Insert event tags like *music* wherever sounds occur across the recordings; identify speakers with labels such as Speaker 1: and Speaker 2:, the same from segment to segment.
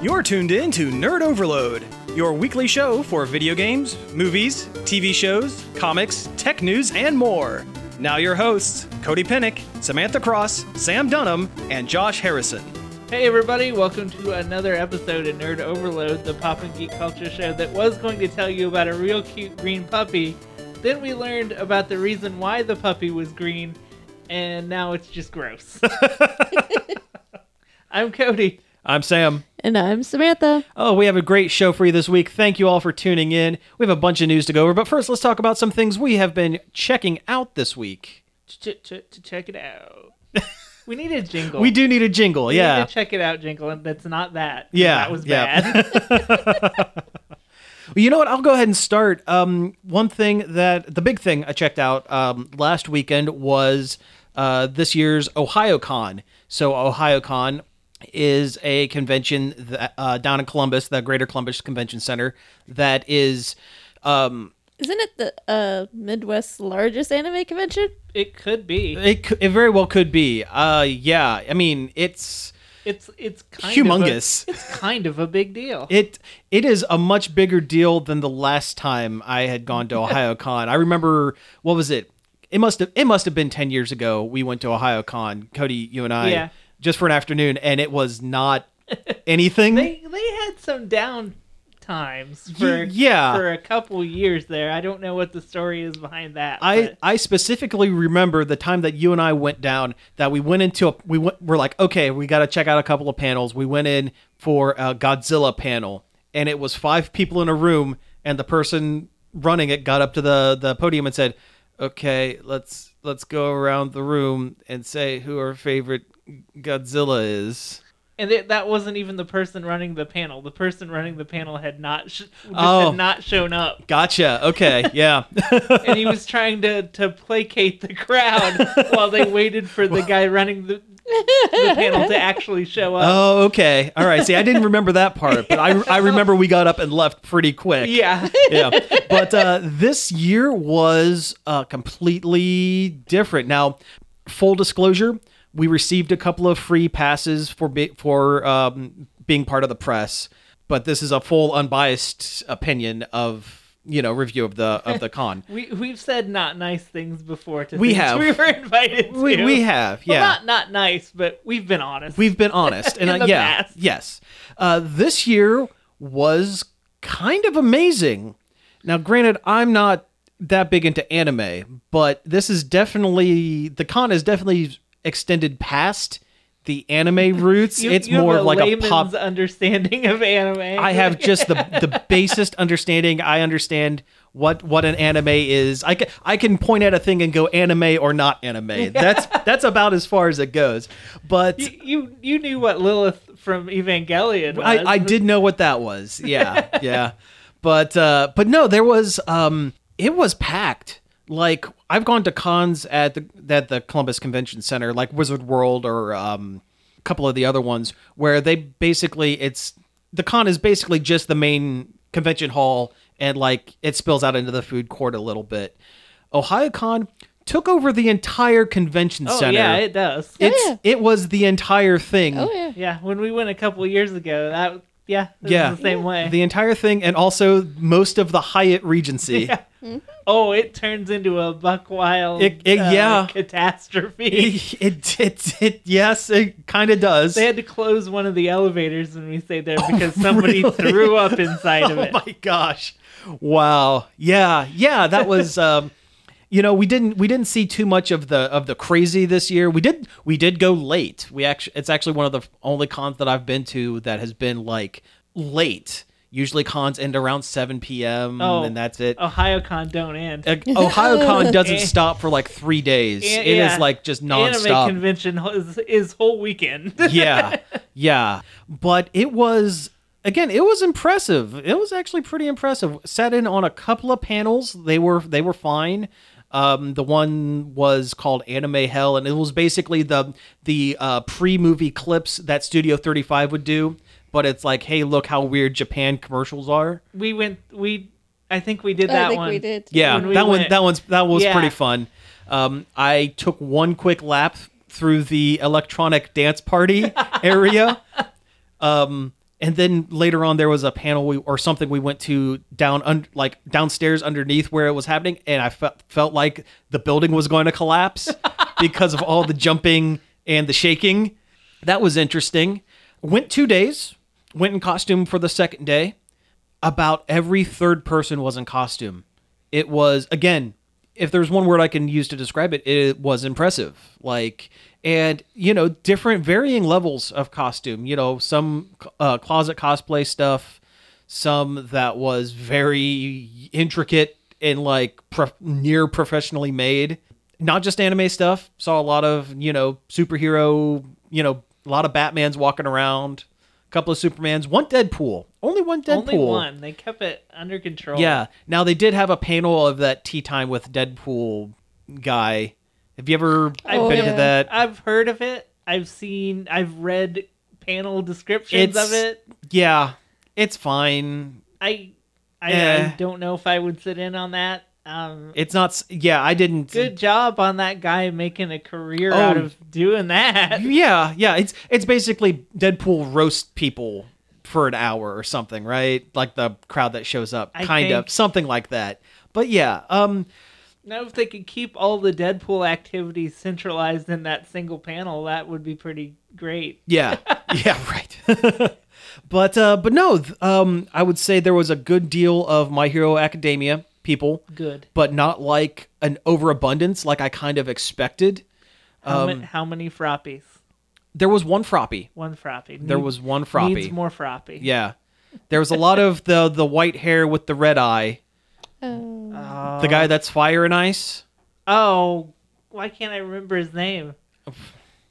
Speaker 1: You're tuned in to Nerd Overload, your weekly show for video games, movies, TV shows, comics, tech news, and more. Now, your hosts, Cody Pennick, Samantha Cross, Sam Dunham, and Josh Harrison.
Speaker 2: Hey everybody, welcome to another episode of Nerd Overload, the pop and geek culture show that was going to tell you about a real cute green puppy. Then we learned about the reason why the puppy was green, and now it's just gross.
Speaker 1: *laughs*
Speaker 2: I'm Cody.
Speaker 1: I'm Sam.
Speaker 3: And I'm Samantha.
Speaker 1: Oh, we have a great show for you this week. Thank you all for tuning in. We have a bunch of news to go over, but first, let's talk about some things we have been checking out this week.
Speaker 2: Check it out. *laughs* We need a jingle.
Speaker 1: We do need a jingle,
Speaker 2: We need
Speaker 1: yeah.
Speaker 2: to check it out jingle, and that's not that.
Speaker 1: Yeah,
Speaker 2: That was
Speaker 1: yeah.
Speaker 2: bad.
Speaker 1: Well, You know what? I'll go ahead and start. Um, one thing that the big thing I checked out um, last weekend was uh, this year's OhioCon. So OhioCon is a convention that, uh, down in Columbus, the Greater Columbus Convention Center, that is. Um,
Speaker 3: Isn't it the uh, Midwest's largest anime convention?
Speaker 2: It could be.
Speaker 1: it, c- it very well could be. Uh, yeah, I mean it's
Speaker 2: It's it's kind
Speaker 1: humongous.
Speaker 2: Of a, it's kind of a big deal.
Speaker 1: It it is a much bigger deal than the last time I had gone
Speaker 2: *laughs*
Speaker 1: to Ohio Con. I remember what was it? It must have it must have been ten years ago we went to Ohio Con, Cody, you and I
Speaker 2: Yeah.
Speaker 1: just for an afternoon, and it was not anything.
Speaker 2: *laughs* they they had some down times for
Speaker 1: yeah.
Speaker 2: for a couple years there. I don't know what the story is behind that.
Speaker 1: I,
Speaker 2: but
Speaker 1: I specifically remember the time that you and I went down that we went into a we went, we're like okay we got to check out a couple of panels we went in for a Godzilla panel and it was five people in a room and the person running it got up to the the podium and said okay let's let's go around the room and say who our favorite Godzilla is
Speaker 2: and it, that wasn't even the person running the panel. The person running the panel had not sh- just
Speaker 1: Oh.
Speaker 2: had not shown up,
Speaker 1: gotcha okay yeah
Speaker 2: and
Speaker 1: *laughs*
Speaker 2: he was trying to to placate the crowd while they waited for the guy running the, the panel to actually show up.
Speaker 1: oh okay all right see I didn't remember that part but I I remember we got up and left pretty quick
Speaker 2: yeah,
Speaker 1: yeah. But uh, this year was uh, completely different. Now, full disclosure, we received a couple of free passes for be- for um, being part of the press, but this is a full unbiased opinion of you know review of the of the con.
Speaker 2: we we've said not nice things before. To
Speaker 1: We
Speaker 2: things
Speaker 1: have.
Speaker 2: we were invited.
Speaker 1: we
Speaker 2: to.
Speaker 1: we have
Speaker 2: Well,
Speaker 1: yeah.
Speaker 2: not not nice, but we've been honest.
Speaker 1: We've been
Speaker 2: *laughs*
Speaker 1: honest, and
Speaker 2: In
Speaker 1: uh,
Speaker 2: the
Speaker 1: yeah,
Speaker 2: past.
Speaker 1: yes. Uh, this year was kind of amazing. Now, granted, I'm not that big into anime, but this is definitely the con is definitely extended past the anime roots.
Speaker 2: *laughs* You-
Speaker 1: it's
Speaker 2: you have
Speaker 1: more of like a
Speaker 2: layman's *laughs*
Speaker 1: pop.
Speaker 2: understanding of anime.
Speaker 1: *laughs* I have just the the basest understanding. I understand what what an anime is. I can I can point at a thing and go anime or not anime.
Speaker 2: *laughs*
Speaker 1: That's that's about as far as it goes. But
Speaker 2: you, *laughs* you you knew what Lilith from Evangelion was.
Speaker 1: I, I did know what that was. Yeah, yeah. But uh, but no, there was um, it was packed. Like I've gone to cons at the at the Columbus Convention Center, like Wizard World or um, a couple of the other ones, where they basically it's the con is basically just the main convention hall, and like it spills out into the food court a little bit. OhioCon took over the entire convention
Speaker 2: Oh
Speaker 1: center.
Speaker 2: yeah, it does.
Speaker 1: it's
Speaker 3: yeah.
Speaker 1: it was the entire thing.
Speaker 2: Mm.
Speaker 3: Oh, yeah.
Speaker 2: yeah, when we went a couple years ago, that yeah, it was
Speaker 1: Yeah.
Speaker 2: the same way.
Speaker 1: The entire thing, and also most of the Hyatt Regency.
Speaker 2: Yeah. oh, it turns into a buck wild
Speaker 1: It- it-
Speaker 2: uh,
Speaker 1: yeah.
Speaker 2: catastrophe.
Speaker 1: *laughs* *laughs* It, it, it, it- yes, it kind of does.
Speaker 2: They had to close one of the elevators when we stayed there because somebody threw up inside
Speaker 1: *laughs* *laughs*
Speaker 2: of
Speaker 1: oh
Speaker 2: it.
Speaker 1: my gosh! Wow. Yeah, yeah. That
Speaker 2: *laughs*
Speaker 1: was. Um, you know, we didn't we didn't see too much of the of the crazy this year. We did we did go late. We actually it's actually one of the only cons that I've been to that has been like late. Usually cons end around seven p.m.
Speaker 2: Oh.
Speaker 1: and that's it.
Speaker 2: OhioCon don't end. *laughs*
Speaker 1: OhioCon doesn't stop for like three days.
Speaker 2: Yeah,
Speaker 1: It
Speaker 2: Eh, yeah.
Speaker 1: is like just
Speaker 2: Anime
Speaker 1: nonstop.
Speaker 2: convention ho- is, is whole weekend. *laughs*
Speaker 1: *laughs* yeah, yeah. But it was again, it was impressive. It was actually pretty impressive. Sat in on a couple of panels. They were they were fine. Um, the one was called Anime Hell, and it was basically the the uh, pre movie clips that Studio Thirty Five would do. But it's like, hey, look how weird Japan commercials are.
Speaker 2: we went we I think we did
Speaker 3: I
Speaker 2: that
Speaker 3: think
Speaker 2: one.
Speaker 3: we did.
Speaker 1: Yeah,
Speaker 2: When we
Speaker 1: that one
Speaker 2: went-
Speaker 1: that one's that was
Speaker 2: Yeah.
Speaker 1: pretty fun. Um, I took one quick
Speaker 2: *laughs*
Speaker 1: lap through the electronic dance party area. Um, And then later on, there was a panel we, or something we went to down un, like downstairs underneath where it was happening, and I felt felt like the building was going to
Speaker 2: *laughs*
Speaker 1: collapse because of all the jumping and the shaking. That was interesting. Went two days. Went in costume for the second day about every third person was in costume. It was again, if there's one word I can use to describe it, it was impressive. Like and you know, different varying levels of costume, you know, some uh, closet cosplay stuff, some that was very intricate and like prof- near professionally made. Not just anime stuff. Saw a lot of, you know, superhero, you know, a lot of Batmans walking around, a couple of Supermans, one Deadpool. Only one Deadpool.
Speaker 2: Only one. They kept it under control.
Speaker 1: Yeah. Now they did have a panel of that tea time with Deadpool guy. Have you ever
Speaker 2: I've
Speaker 1: been
Speaker 3: yeah.
Speaker 1: to that?
Speaker 2: I've heard of it. I've seen. I've read panel descriptions
Speaker 1: It's-
Speaker 2: of it.
Speaker 1: Yeah. It's fine.
Speaker 2: I, I,
Speaker 1: Eh.
Speaker 2: I don't know if I would sit in on that. Um,
Speaker 1: It's not. s- Yeah, I didn't.
Speaker 2: good job on that guy making a career
Speaker 1: Oh.
Speaker 2: out of doing that. *laughs*
Speaker 1: Yeah, yeah. It's it's basically Deadpool roast people for an hour or something, right? Like the crowd that shows up,
Speaker 2: I
Speaker 1: kind of
Speaker 2: think-
Speaker 1: something like that. But yeah, um,
Speaker 2: Now, if they could keep all the Deadpool activities centralized in that single panel, that would be pretty great. *laughs*
Speaker 1: Yeah. Yeah, right. *laughs* but uh but no, th- um I would say there was a good deal of My Hero Academia people,
Speaker 2: Good.
Speaker 1: but not like an overabundance like I kind of expected.
Speaker 2: How,
Speaker 1: Um,
Speaker 2: ma- how many frappies?
Speaker 1: There was one froppy.
Speaker 2: One frappy.
Speaker 1: There
Speaker 2: Need-
Speaker 1: was one
Speaker 2: Mm. Needs
Speaker 1: froppy.
Speaker 2: more frappy.
Speaker 1: yeah. There was a lot of the the white hair with the red eye.
Speaker 3: Oh.
Speaker 1: The
Speaker 2: Uh-huh.
Speaker 1: guy that's fire and ice.
Speaker 2: Oh, why can't I remember his
Speaker 1: *laughs*
Speaker 2: name?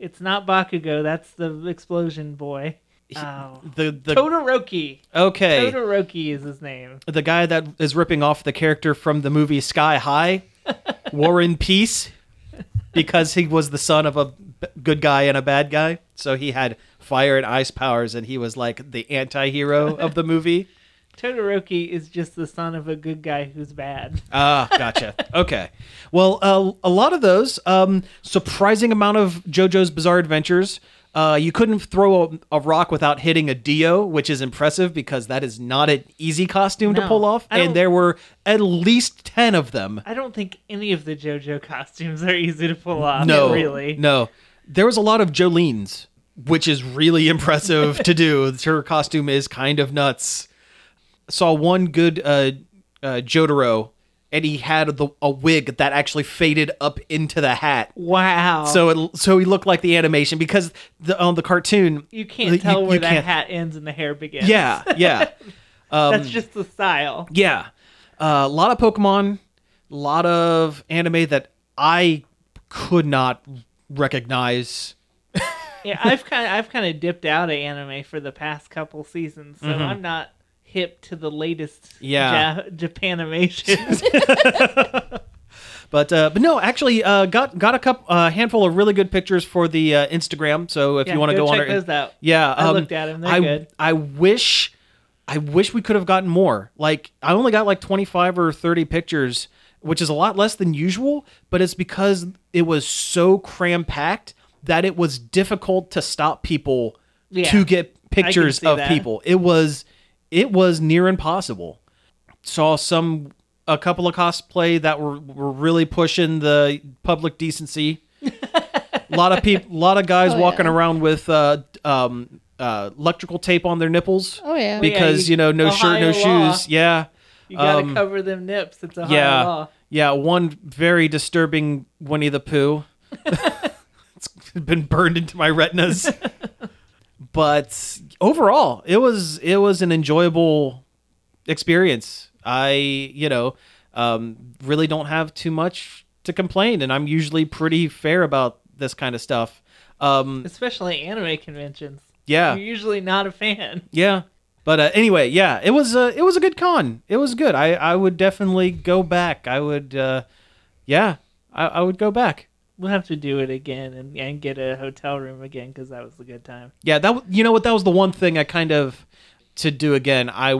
Speaker 2: It's not Bakugo. That's the explosion boy. Oh.
Speaker 1: The the
Speaker 2: Todoroki.
Speaker 1: Okay.
Speaker 2: Todoroki is his name.
Speaker 1: The guy that is ripping off the character from the movie Sky
Speaker 2: *laughs*
Speaker 1: High, War in Peace, because he was the son of a b- good guy and a bad guy. So he had fire and ice powers, and he was like the anti hero of the movie.
Speaker 2: Todoroki is just the son of a good guy who's bad.
Speaker 1: Ah, gotcha. Okay. Well, uh, a lot of those, um, surprising amount of JoJo's Bizarre Adventures. Uh, you couldn't throw a, a rock without hitting a Dio, which is impressive because that is not an easy costume to
Speaker 2: No.
Speaker 1: pull off.
Speaker 2: I don't-
Speaker 1: And there were at least 10 of them.
Speaker 2: I don't think any of the JoJo costumes are easy to pull *laughs* off.
Speaker 1: No,
Speaker 2: really.
Speaker 1: No, there was a lot of Jolene's, which is really *laughs* impressive to do. Her costume is kind of nuts. Saw one good uh, uh, Jotaro, and he had the, a wig that actually faded up into the hat.
Speaker 2: Wow.
Speaker 1: So it so he looked like the animation because the on the cartoon
Speaker 2: you
Speaker 1: you-
Speaker 2: can't tell where
Speaker 1: you
Speaker 2: that
Speaker 1: can't-
Speaker 2: hat ends and the hair begins.
Speaker 1: yeah
Speaker 2: *laughs*
Speaker 1: um, yeah
Speaker 2: that's just the style.
Speaker 1: Yeah. A lot of Pokemon, a lot of anime that I could not recognize.
Speaker 2: yeah, I've kind of I've kind of dipped out of anime for the past couple seasons, so I'm not hip to the latest
Speaker 1: Mm-hmm. Yeah.
Speaker 2: ja- Japanimations.
Speaker 1: But uh, but no, actually, uh, got got a cup, uh, handful of really good pictures for the uh, Instagram. So if *laughs*
Speaker 2: Yeah,
Speaker 1: you want to go, on
Speaker 2: check
Speaker 1: our,
Speaker 2: those out.
Speaker 1: yeah,
Speaker 2: I
Speaker 1: um,
Speaker 2: looked at 'em. They're
Speaker 1: I,
Speaker 2: good.
Speaker 1: I wish, I wish we could have gotten more. Like I only got like twenty five or thirty pictures, which is a lot less than usual. But it's because it was so cram packed that it was difficult to stop people
Speaker 2: Yeah.
Speaker 1: to get pictures
Speaker 2: see
Speaker 1: of
Speaker 2: that.
Speaker 1: people. It was, it was near impossible saw some a couple of cosplay that were were really pushing the public
Speaker 2: *laughs*
Speaker 1: decency. a lot of people, a lot of guys
Speaker 3: Oh,
Speaker 1: walking
Speaker 3: yeah.
Speaker 1: around with uh, um, uh, electrical tape on their nipples
Speaker 3: Oh yeah.
Speaker 2: Be-
Speaker 1: because
Speaker 2: you-
Speaker 1: you, know no shirt, no
Speaker 2: Ohio law.
Speaker 1: shoes. Yeah,
Speaker 2: You gotta
Speaker 1: Um,
Speaker 2: cover them nips. It's a high
Speaker 1: yeah,
Speaker 2: law.
Speaker 1: yeah. One very disturbing Winnie the Pooh. it's been burned into my retinas. but overall, it was it was an enjoyable experience. I you know um, really don't have too much to complain, and I'm usually pretty fair about this kind of stuff. Um,
Speaker 2: Especially anime conventions.
Speaker 1: yeah,
Speaker 2: You're usually not a fan.
Speaker 1: yeah. But uh, anyway, yeah, it was a it was a good con. It was good. I I would definitely go back. I would, uh, yeah, I, I would go back.
Speaker 2: We'll have to do it again and, and get a hotel room again because that was a good time.
Speaker 1: Yeah, that w- you know what that was the one thing I kind of to do again. I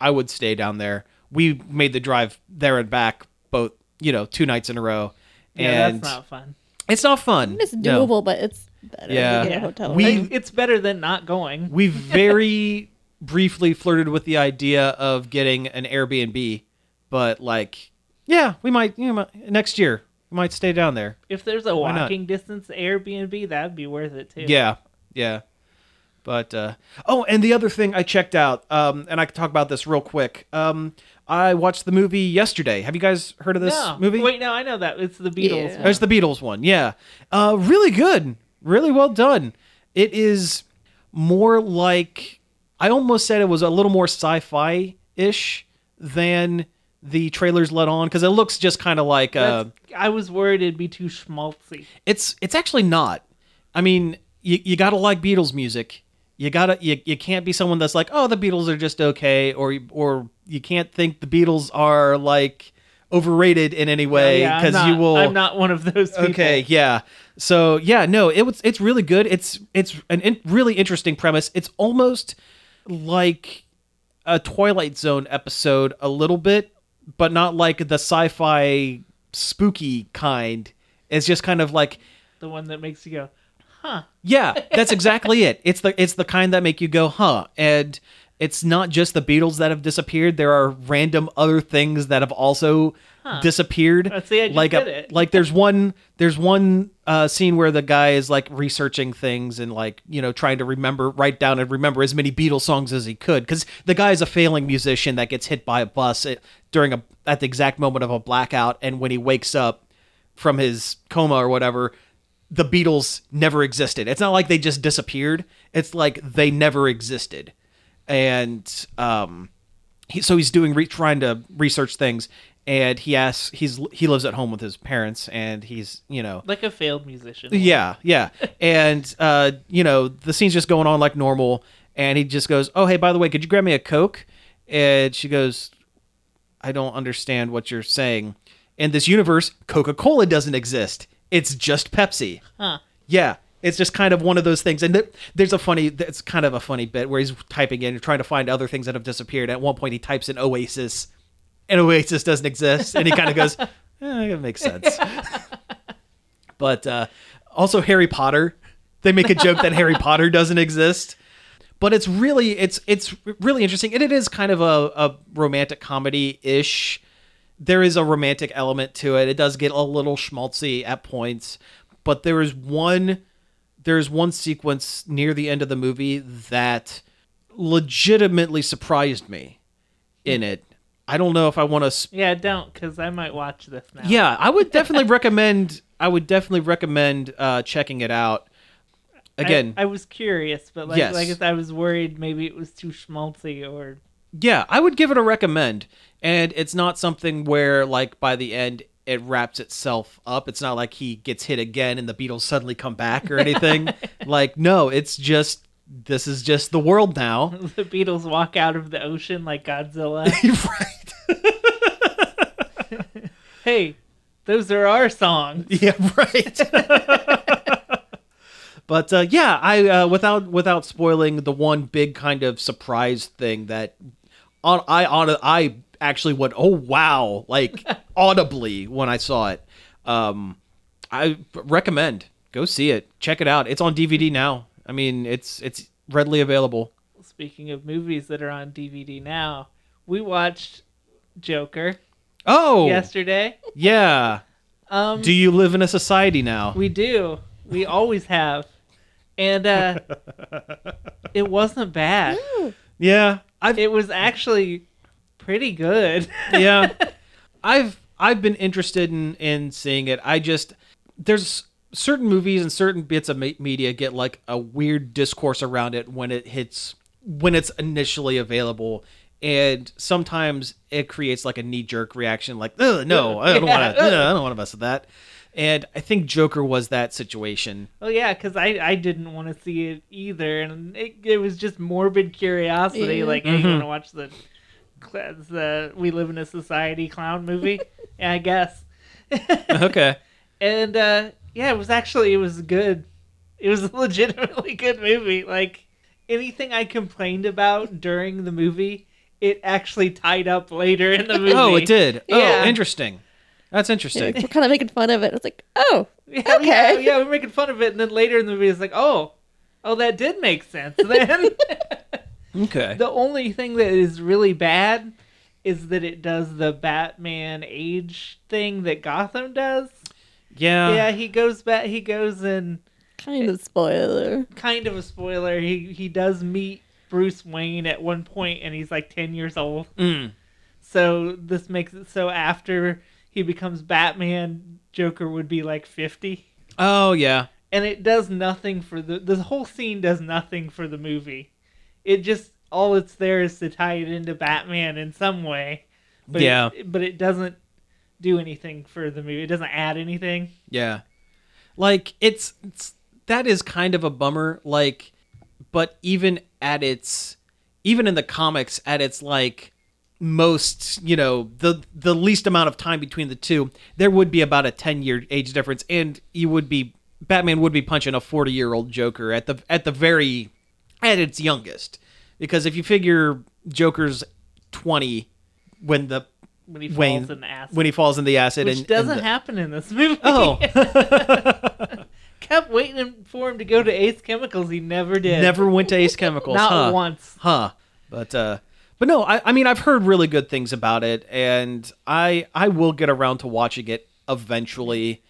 Speaker 1: I would stay down there. We made the drive there and back both you know two nights in a row,
Speaker 2: Yeah,
Speaker 1: and
Speaker 2: that's not fun.
Speaker 1: it's not fun.
Speaker 3: it's
Speaker 1: No.
Speaker 3: doable, but it's better
Speaker 1: Yeah.
Speaker 3: to get
Speaker 2: Yeah.
Speaker 3: a hotel.
Speaker 1: We-
Speaker 3: room.
Speaker 2: *laughs* It's better than not going.
Speaker 1: We very briefly flirted with the idea of getting an Airbnb, but like, yeah, we might you know, next year we might stay down there.
Speaker 2: If there's a
Speaker 1: not?
Speaker 2: walking distance Airbnb, that'd be worth it too.
Speaker 1: Yeah, yeah. But uh, oh, and the other thing I checked out, um, and I can talk about this real quick. Um, I watched the movie yesterday. Have you guys heard of this
Speaker 2: no.
Speaker 1: movie?
Speaker 2: Wait, no, I know that. It's the Beatles.
Speaker 3: Yeah.
Speaker 2: one.
Speaker 1: There's the Beatles one. Yeah. Uh, really good. Really well done. It is more like I almost said it was a little more sci-fi ish than the trailers let on because it looks just kind of like uh,
Speaker 2: That's- I was worried it'd be too schmaltzy. Oh,
Speaker 1: it's it's actually not. I mean, you, you gotta like Beatles music. You gotta you, you can't be someone that's like, oh, the Beatles are just okay, or or you can't think the Beatles are like overrated in any way
Speaker 2: Oh, Yeah, I'm
Speaker 1: because
Speaker 2: not-
Speaker 1: you will.
Speaker 2: I'm not one of those people.
Speaker 1: Okay, yeah. So yeah, no, it was it's really good. It's it's an in, really interesting premise. It's almost like a Twilight Zone episode a little bit, but not like the sci-fi spooky kind. It's just kind of like
Speaker 2: The one that makes you go, huh?
Speaker 1: yeah, that's exactly it. It's the it's the kind that make you go, huh? And it's not just the Beatles that have disappeared. There are random other things that have also disappeared.
Speaker 2: Uh, see, I just
Speaker 1: like
Speaker 2: did
Speaker 1: a-
Speaker 2: it.
Speaker 1: like there's one there's one uh, scene where the guy is like researching things and like you know trying to remember write down and remember as many Beatles songs as he could because the guy is a failing musician that gets hit by a bus at, during a at the exact moment of a blackout and when he wakes up from his coma or whatever, the Beatles never existed. It's not like they just disappeared. It's like they never existed. And um, he, so he's doing re- trying to research things, and he asks he's he lives at home with his parents, and he's you know
Speaker 2: Like a failed musician.
Speaker 1: yeah, yeah. And uh, you know, the scene's just going on like normal and he just goes, "Oh, hey, by the way, could you grab me a Coke?" And she goes, "I don't understand what you're saying. In this universe, Coca-Cola doesn't exist. It's just Pepsi."
Speaker 2: Huh.
Speaker 1: Yeah. It's just kind of one of those things, and th- there's a funny. It's kind of a funny bit where he's typing in, trying to find other things that have disappeared. At one point, he types in Oasis, and Oasis doesn't exist, and he kind of goes, *laughs* eh, "That makes sense." but uh, also Harry Potter. They make a joke that Harry Potter doesn't exist, but it's really it's it's really interesting, and it is kind of a, a romantic comedy ish. There is a romantic element to it. It does get a little schmaltzy at points, but there is one there is one sequence near the end of the movie that legitimately surprised me in it. I don't know if I want to
Speaker 2: Yeah, don't, because I might watch this now.
Speaker 1: yeah, I would
Speaker 2: *laughs*
Speaker 1: definitely recommend. I would definitely recommend uh, checking it out.
Speaker 2: I-
Speaker 1: Again,
Speaker 2: I, was curious, but like,
Speaker 1: Yes.
Speaker 2: like I said, I was worried maybe it was too schmaltzy or *laughs*
Speaker 1: yeah, I would give it a recommend. And it's not something where, like, by the end it wraps itself up. It's not like he gets hit again and the Beatles suddenly come back or anything.
Speaker 2: *laughs*
Speaker 1: like, no, it's just this is just the world now.
Speaker 2: *laughs* the Beatles walk out of the ocean
Speaker 1: *laughs*
Speaker 2: like Godzilla.
Speaker 1: right?
Speaker 2: hey, those are our songs.
Speaker 1: *laughs* Yeah, right. *laughs* but uh, yeah, I uh, without without spoiling the one big kind of surprise thing that on I on I actually went oh wow like *laughs* audibly when I saw it. Um, I recommend go see it, check it out. It's on DVD now. I mean, it's it's readily available.
Speaker 2: Speaking of movies that are on DVD now, we watched Joker
Speaker 1: Oh,
Speaker 2: yesterday.
Speaker 1: yeah.
Speaker 2: Um,
Speaker 1: Do you live in a society now?
Speaker 2: we do. We always have. And uh, it wasn't bad.
Speaker 1: yeah, I've
Speaker 2: It was actually pretty good. *laughs*
Speaker 1: yeah i've i've been interested in in seeing it i just there's certain movies and certain bits of me- media get like a weird discourse around it when it hits when it's initially available and sometimes it creates like a knee jerk reaction like Ugh, no i don't want to i don't want to mess with that and i think joker was that
Speaker 2: *laughs*
Speaker 1: situation
Speaker 2: Oh yeah, because I I didn't want to see it either, and it, it was just morbid curiosity.
Speaker 3: Yeah.
Speaker 2: Like, hey, you want to watch the cl- the We Live in a Society clown movie? yeah, I guess.
Speaker 1: okay
Speaker 2: and uh, yeah, it was actually it was good. It was *laughs* a legitimately good movie. Like anything I complained about during the movie, it actually tied up later in the
Speaker 1: *laughs*
Speaker 2: movie.
Speaker 1: oh it did
Speaker 2: Yeah.
Speaker 1: oh interesting that's interesting
Speaker 2: *laughs*
Speaker 3: We're kind of making fun of it. It's like, oh,
Speaker 2: Yeah,
Speaker 3: Okay.
Speaker 2: yeah, yeah,
Speaker 1: *laughs*
Speaker 2: we're making fun of it, and then *laughs* later in the movie, it's like, oh, oh, that did make sense then.
Speaker 1: Okay.
Speaker 2: The only thing that is really bad is that it does the Batman age thing that Gotham does.
Speaker 1: yeah.
Speaker 2: yeah, he goes back. He goes and
Speaker 3: Kind of spoiler.
Speaker 2: kind of a spoiler. He he does meet Bruce Wayne at one point, and he's like ten years old.
Speaker 1: Mm.
Speaker 2: So this makes it so after he becomes Batman, Joker would be like fifty,
Speaker 1: Oh yeah.
Speaker 2: and it does nothing for the the whole scene does nothing for the movie. It just all it's there is to tie it into Batman in some way. But
Speaker 1: Yeah.
Speaker 2: it, but it doesn't do anything for the movie. It doesn't add anything.
Speaker 1: Yeah. Like it's, it's that is kind of a bummer like but even at its even in the comics at its like most, you know, the the least amount of time between the two, there would be about a 10-year age difference and you would be Batman would be punching a 40-year-old Joker at the at the very at its youngest. Because if you figure Joker's 20 when the
Speaker 2: When he falls
Speaker 1: Wayne-
Speaker 2: in the acid.
Speaker 1: when he falls in the acid and
Speaker 2: Which
Speaker 1: and
Speaker 2: doesn't
Speaker 1: the-
Speaker 2: happen in this *laughs* movie.
Speaker 1: Oh.
Speaker 2: kept waiting for him to go to Ace Chemicals. He never did.
Speaker 1: Never went to Ace Chemicals.
Speaker 2: Not
Speaker 1: huh?
Speaker 2: once.
Speaker 1: Huh. But uh but no, I, I mean I've heard really good things about it and I I will get around to watching it eventually.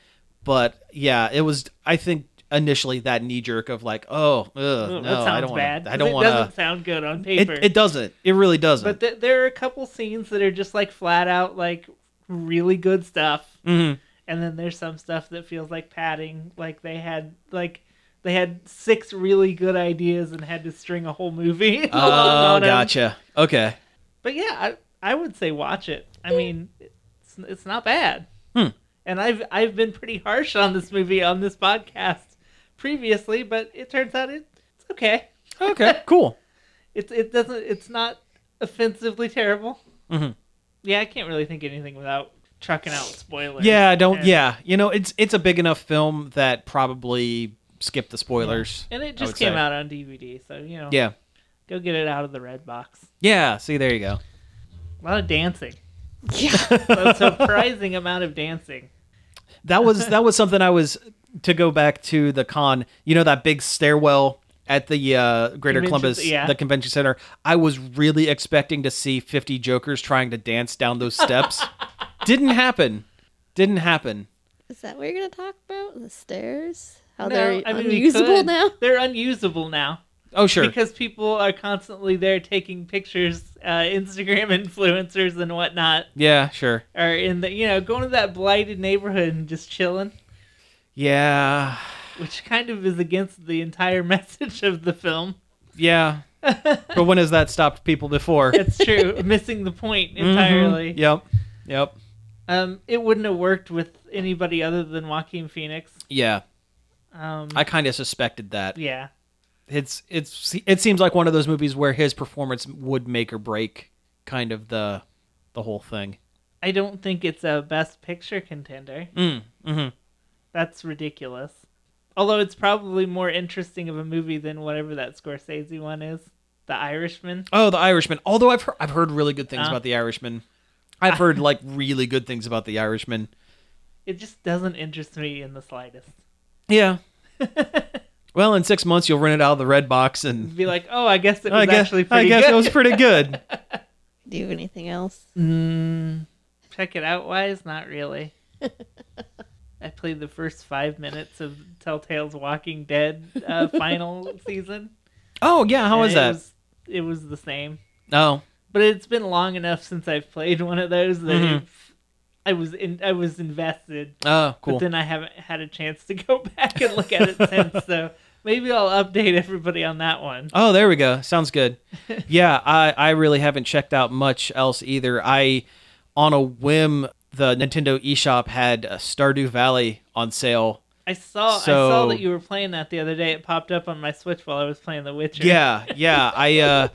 Speaker 1: But yeah, it was I think initially that knee jerk of like, oh, ugh, no,
Speaker 2: Ooh, that sounds
Speaker 1: I don't
Speaker 2: bad.
Speaker 1: want I
Speaker 2: 'cause
Speaker 1: don't
Speaker 2: it
Speaker 1: want
Speaker 2: doesn't
Speaker 1: to
Speaker 2: sound good on
Speaker 1: it,
Speaker 2: paper.
Speaker 1: it doesn't. It really doesn't.
Speaker 2: but th- there are a couple scenes that are just like flat out like really good stuff,
Speaker 1: Mhm.
Speaker 2: *laughs* and then there's some stuff that feels like padding. Like they had like they had six really good ideas and had to string a whole movie. *laughs*
Speaker 1: Oh,
Speaker 2: along on 'em.
Speaker 1: gotcha. Okay.
Speaker 2: But yeah, I, I would say watch it. I mean, it's, it's not bad.
Speaker 1: Hmm.
Speaker 2: And I've I've been pretty harsh on this movie on this podcast previously, but it turns out it, it's okay. *laughs*
Speaker 1: Okay. cool.
Speaker 2: It's it doesn't it's not offensively terrible.
Speaker 1: Mhm.
Speaker 2: Yeah, I can't really think of anything without trucking out spoilers.
Speaker 1: Yeah, I don't
Speaker 2: And-
Speaker 1: yeah. You know, it's it's a big enough film that probably skip the spoilers.
Speaker 2: And it
Speaker 1: I
Speaker 2: just
Speaker 1: would
Speaker 2: came
Speaker 1: say.
Speaker 2: out on DVD, so you know,
Speaker 1: Yeah.
Speaker 2: go get it out of the red box.
Speaker 1: Yeah, see there you go.
Speaker 2: A lot of dancing,
Speaker 3: Yeah.
Speaker 1: *laughs*
Speaker 2: a surprising amount of dancing.
Speaker 1: that was that was something I was to go back to the con. You know that big stairwell at the uh, Greater
Speaker 2: Convention-
Speaker 1: Columbus,
Speaker 2: yeah.
Speaker 1: the convention center. I was really expecting to see fifty jokers trying to dance down those
Speaker 2: *laughs*
Speaker 1: steps. Didn't happen. Didn't happen.
Speaker 3: *laughs* Is that what you're gonna talk about? The stairs? How
Speaker 2: No,
Speaker 3: they're
Speaker 2: I mean, we
Speaker 3: unusable
Speaker 2: could.
Speaker 3: now?
Speaker 2: They're unusable now.
Speaker 1: Oh sure.
Speaker 2: because people are constantly there taking pictures. Uh, Instagram *laughs* influencers and whatnot
Speaker 1: yeah, sure.
Speaker 2: are in the you know going to that blighted neighborhood and just chilling,
Speaker 1: Yeah.
Speaker 2: which kind of is against the entire *laughs* message of the film. *laughs*
Speaker 1: Yeah. but when has that stopped people before?
Speaker 2: That's
Speaker 1: *laughs*
Speaker 2: true, missing the point
Speaker 1: Mhm.
Speaker 2: *laughs* entirely.
Speaker 1: Yep. Yep.
Speaker 2: Um, it wouldn't have worked with anybody other than Joaquin Phoenix.
Speaker 1: Yeah.
Speaker 2: Um,
Speaker 1: I kind of suspected that.
Speaker 2: yeah,
Speaker 1: it's it's it seems like one of those movies where his performance would make or break kind of the the whole thing.
Speaker 2: I don't think it's a best picture contender.
Speaker 1: Mm, hmm
Speaker 2: That's ridiculous. Although it's probably more interesting of a movie than whatever that Scorsese one is, The Irishman.
Speaker 1: Oh, The Irishman. Although I've heard, I've heard really good things
Speaker 2: Uh.
Speaker 1: about The Irishman. I've heard like really good things about The Irishman.
Speaker 2: It just doesn't interest me in the slightest. *laughs*
Speaker 1: Yeah. well, in six months you'll rent it out of the red box, and
Speaker 2: Be like, oh, I guess it was
Speaker 1: I guess
Speaker 2: actually
Speaker 1: I
Speaker 2: pretty
Speaker 1: guess
Speaker 2: good.
Speaker 1: it was
Speaker 2: *laughs*
Speaker 1: pretty good.
Speaker 3: Do you have anything else?
Speaker 2: Mm, check it out, wise?
Speaker 1: *laughs*
Speaker 2: Not really. I played the first five minutes of Telltale's Walking Dead
Speaker 1: *laughs*
Speaker 2: uh, final season.
Speaker 1: oh yeah, how
Speaker 2: and
Speaker 1: was
Speaker 2: it
Speaker 1: that?
Speaker 2: Was, it was the same.
Speaker 1: oh
Speaker 2: but it's been long enough since I've played one of those that
Speaker 1: Mhm.
Speaker 2: it- I was in, I was invested.
Speaker 1: oh cool.
Speaker 2: But then I haven't had a chance to go *laughs* back and look at it since. So maybe I'll update everybody on that one.
Speaker 1: Oh, there we go. Sounds good. yeah, I, I really haven't checked out much else either. I, on a whim, the Nintendo eShop had uh, Stardew Valley on sale.
Speaker 2: I saw I saw
Speaker 1: So-
Speaker 2: that you were playing that the other day. It popped up on my Switch while I was playing The Witcher.
Speaker 1: Yeah, yeah. I uh,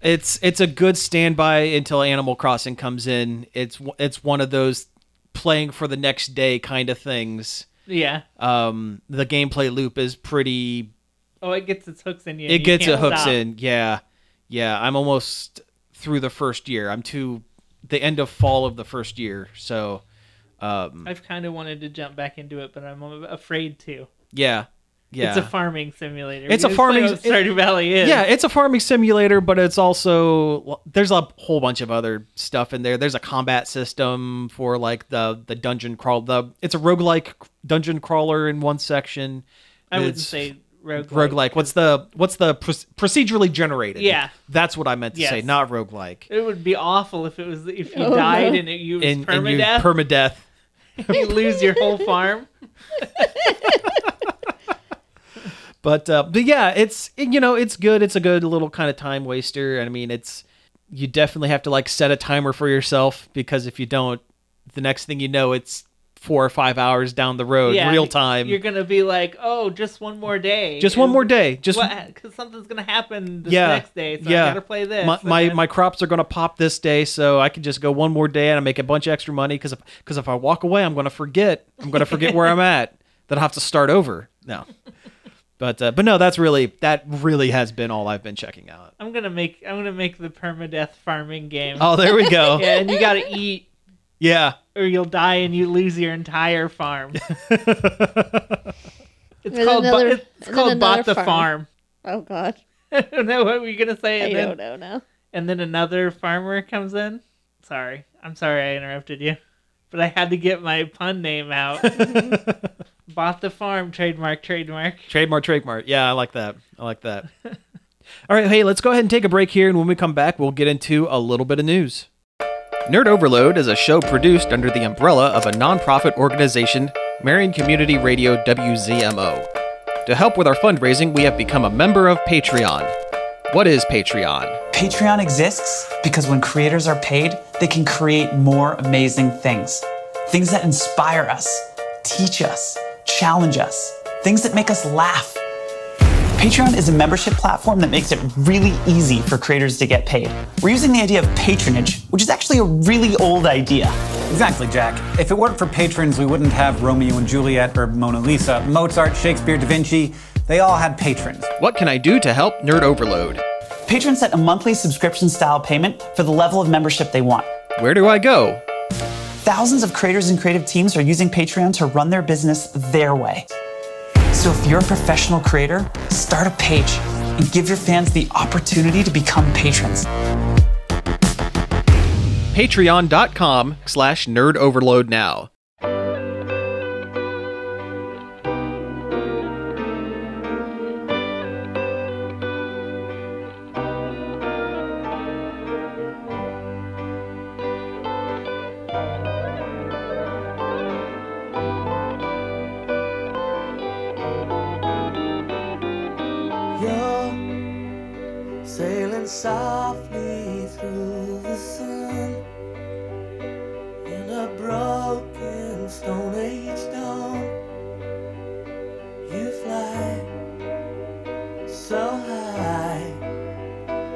Speaker 1: it's it's a good standby until Animal Crossing comes in. It's w- it's one of those playing for the next day kind of things.
Speaker 2: yeah.
Speaker 1: Um, the gameplay loop is pretty
Speaker 2: Oh, it gets its hooks in you. and
Speaker 1: it
Speaker 2: you
Speaker 1: gets
Speaker 2: can't
Speaker 1: it hooks
Speaker 2: stop.
Speaker 1: in yeah yeah i'm almost through the first year i'm to the end of fall of the first year so um
Speaker 2: I've kind of wanted to jump back into it, but I'm afraid to.
Speaker 1: yeah Yeah.
Speaker 2: It's a farming simulator.
Speaker 1: It's a
Speaker 2: because that's
Speaker 1: farming-
Speaker 2: what Stardew Valley is.
Speaker 1: yeah, it's a farming simulator, but it's also there's a whole bunch of other stuff in there. There's a combat system for like the the dungeon crawl. The it's a roguelike dungeon crawler in one section.
Speaker 2: I wouldn't
Speaker 1: It's
Speaker 2: say roguelike.
Speaker 1: roguelike. What's the what's the proc- procedurally generated?
Speaker 2: Yeah.
Speaker 1: that's what I meant to say,
Speaker 2: Yes.
Speaker 1: not roguelike.
Speaker 2: It would be awful if it was if you
Speaker 3: Oh,
Speaker 2: died
Speaker 3: no.
Speaker 2: and it, you was
Speaker 1: And, and you
Speaker 2: permadeath.
Speaker 1: permadeath.
Speaker 2: *laughs* you lose your whole farm.
Speaker 1: But uh, but yeah, it's you know it's good. It's a good little kind of time waster. I mean, it's you definitely have to like set a timer for yourself because if you don't, the next thing you know, it's four or five hours down the road,
Speaker 2: Yeah,
Speaker 1: real time.
Speaker 2: You're gonna be like, oh, just one more day.
Speaker 1: just one more day. Just
Speaker 2: Because something's gonna happen this
Speaker 1: Yeah,
Speaker 2: next day, so
Speaker 1: yeah.
Speaker 2: I gotta play this.
Speaker 1: my,
Speaker 2: and
Speaker 1: my
Speaker 2: then-
Speaker 1: my crops are gonna pop this day, so I can just go one more day and I make a bunch of extra money because if because if I walk away, I'm gonna forget. I'm gonna forget where I'm at. *laughs* Then I have to start over. No, but uh, but no, that's really that really has been all I've been checking out.
Speaker 2: I'm gonna make I'm gonna make the permadeath farming game.
Speaker 1: Oh, there we go.
Speaker 2: *laughs* Yeah, and you gotta eat
Speaker 1: yeah.
Speaker 2: or you'll die and you lose your
Speaker 1: *laughs*
Speaker 2: entire farm. It's
Speaker 3: There's
Speaker 2: called bu-
Speaker 3: another-
Speaker 2: it's
Speaker 3: there's
Speaker 2: called
Speaker 3: another
Speaker 2: bought the farm. *laughs*
Speaker 3: farm. Oh God,
Speaker 2: I don't know what we're gonna say,
Speaker 3: I
Speaker 2: and
Speaker 3: don't
Speaker 2: then,
Speaker 3: know now.
Speaker 2: and then another farmer comes in. Sorry, I'm sorry I interrupted you, but I had to get my pun
Speaker 1: *laughs*
Speaker 2: name
Speaker 3: *laughs*
Speaker 2: out. bought the farm, trademark, trademark.
Speaker 1: Trademark, trademark. Yeah, I like that. I like that. *laughs* All right, hey, let's go ahead and take a break here, and when we come back, we'll get into a little bit of news. Nerd Overload is a show produced under the umbrella of a nonprofit organization, Marion Community Radio WZMO. To help with our fundraising, we have become a member of Patreon. What is Patreon?
Speaker 4: Patreon exists because when creators are paid, they can create more amazing things. Things that inspire us, teach us, challenge us, things that make us laugh. Patreon is a membership platform that makes it really easy for creators to get paid. We're using the idea of patronage, which is actually a really old idea.
Speaker 5: Exactly, Jack. If it weren't for patrons, we wouldn't have Romeo and Juliet or Mona Lisa, Mozart, Shakespeare, Da Vinci. They all had patrons.
Speaker 1: What can I do to help Nerd Overload?
Speaker 4: Patrons set a monthly subscription style payment for the level of membership they want.
Speaker 1: Where do I go?
Speaker 4: Thousands of creators and creative teams are using Patreon to run their business their way. So if you're a professional creator, start a page and give your fans the opportunity to become patrons.
Speaker 1: Patreon.com slash Nerd Overload now.
Speaker 6: You're sailing softly through the sun in a broken stone age dawn. You fly so high,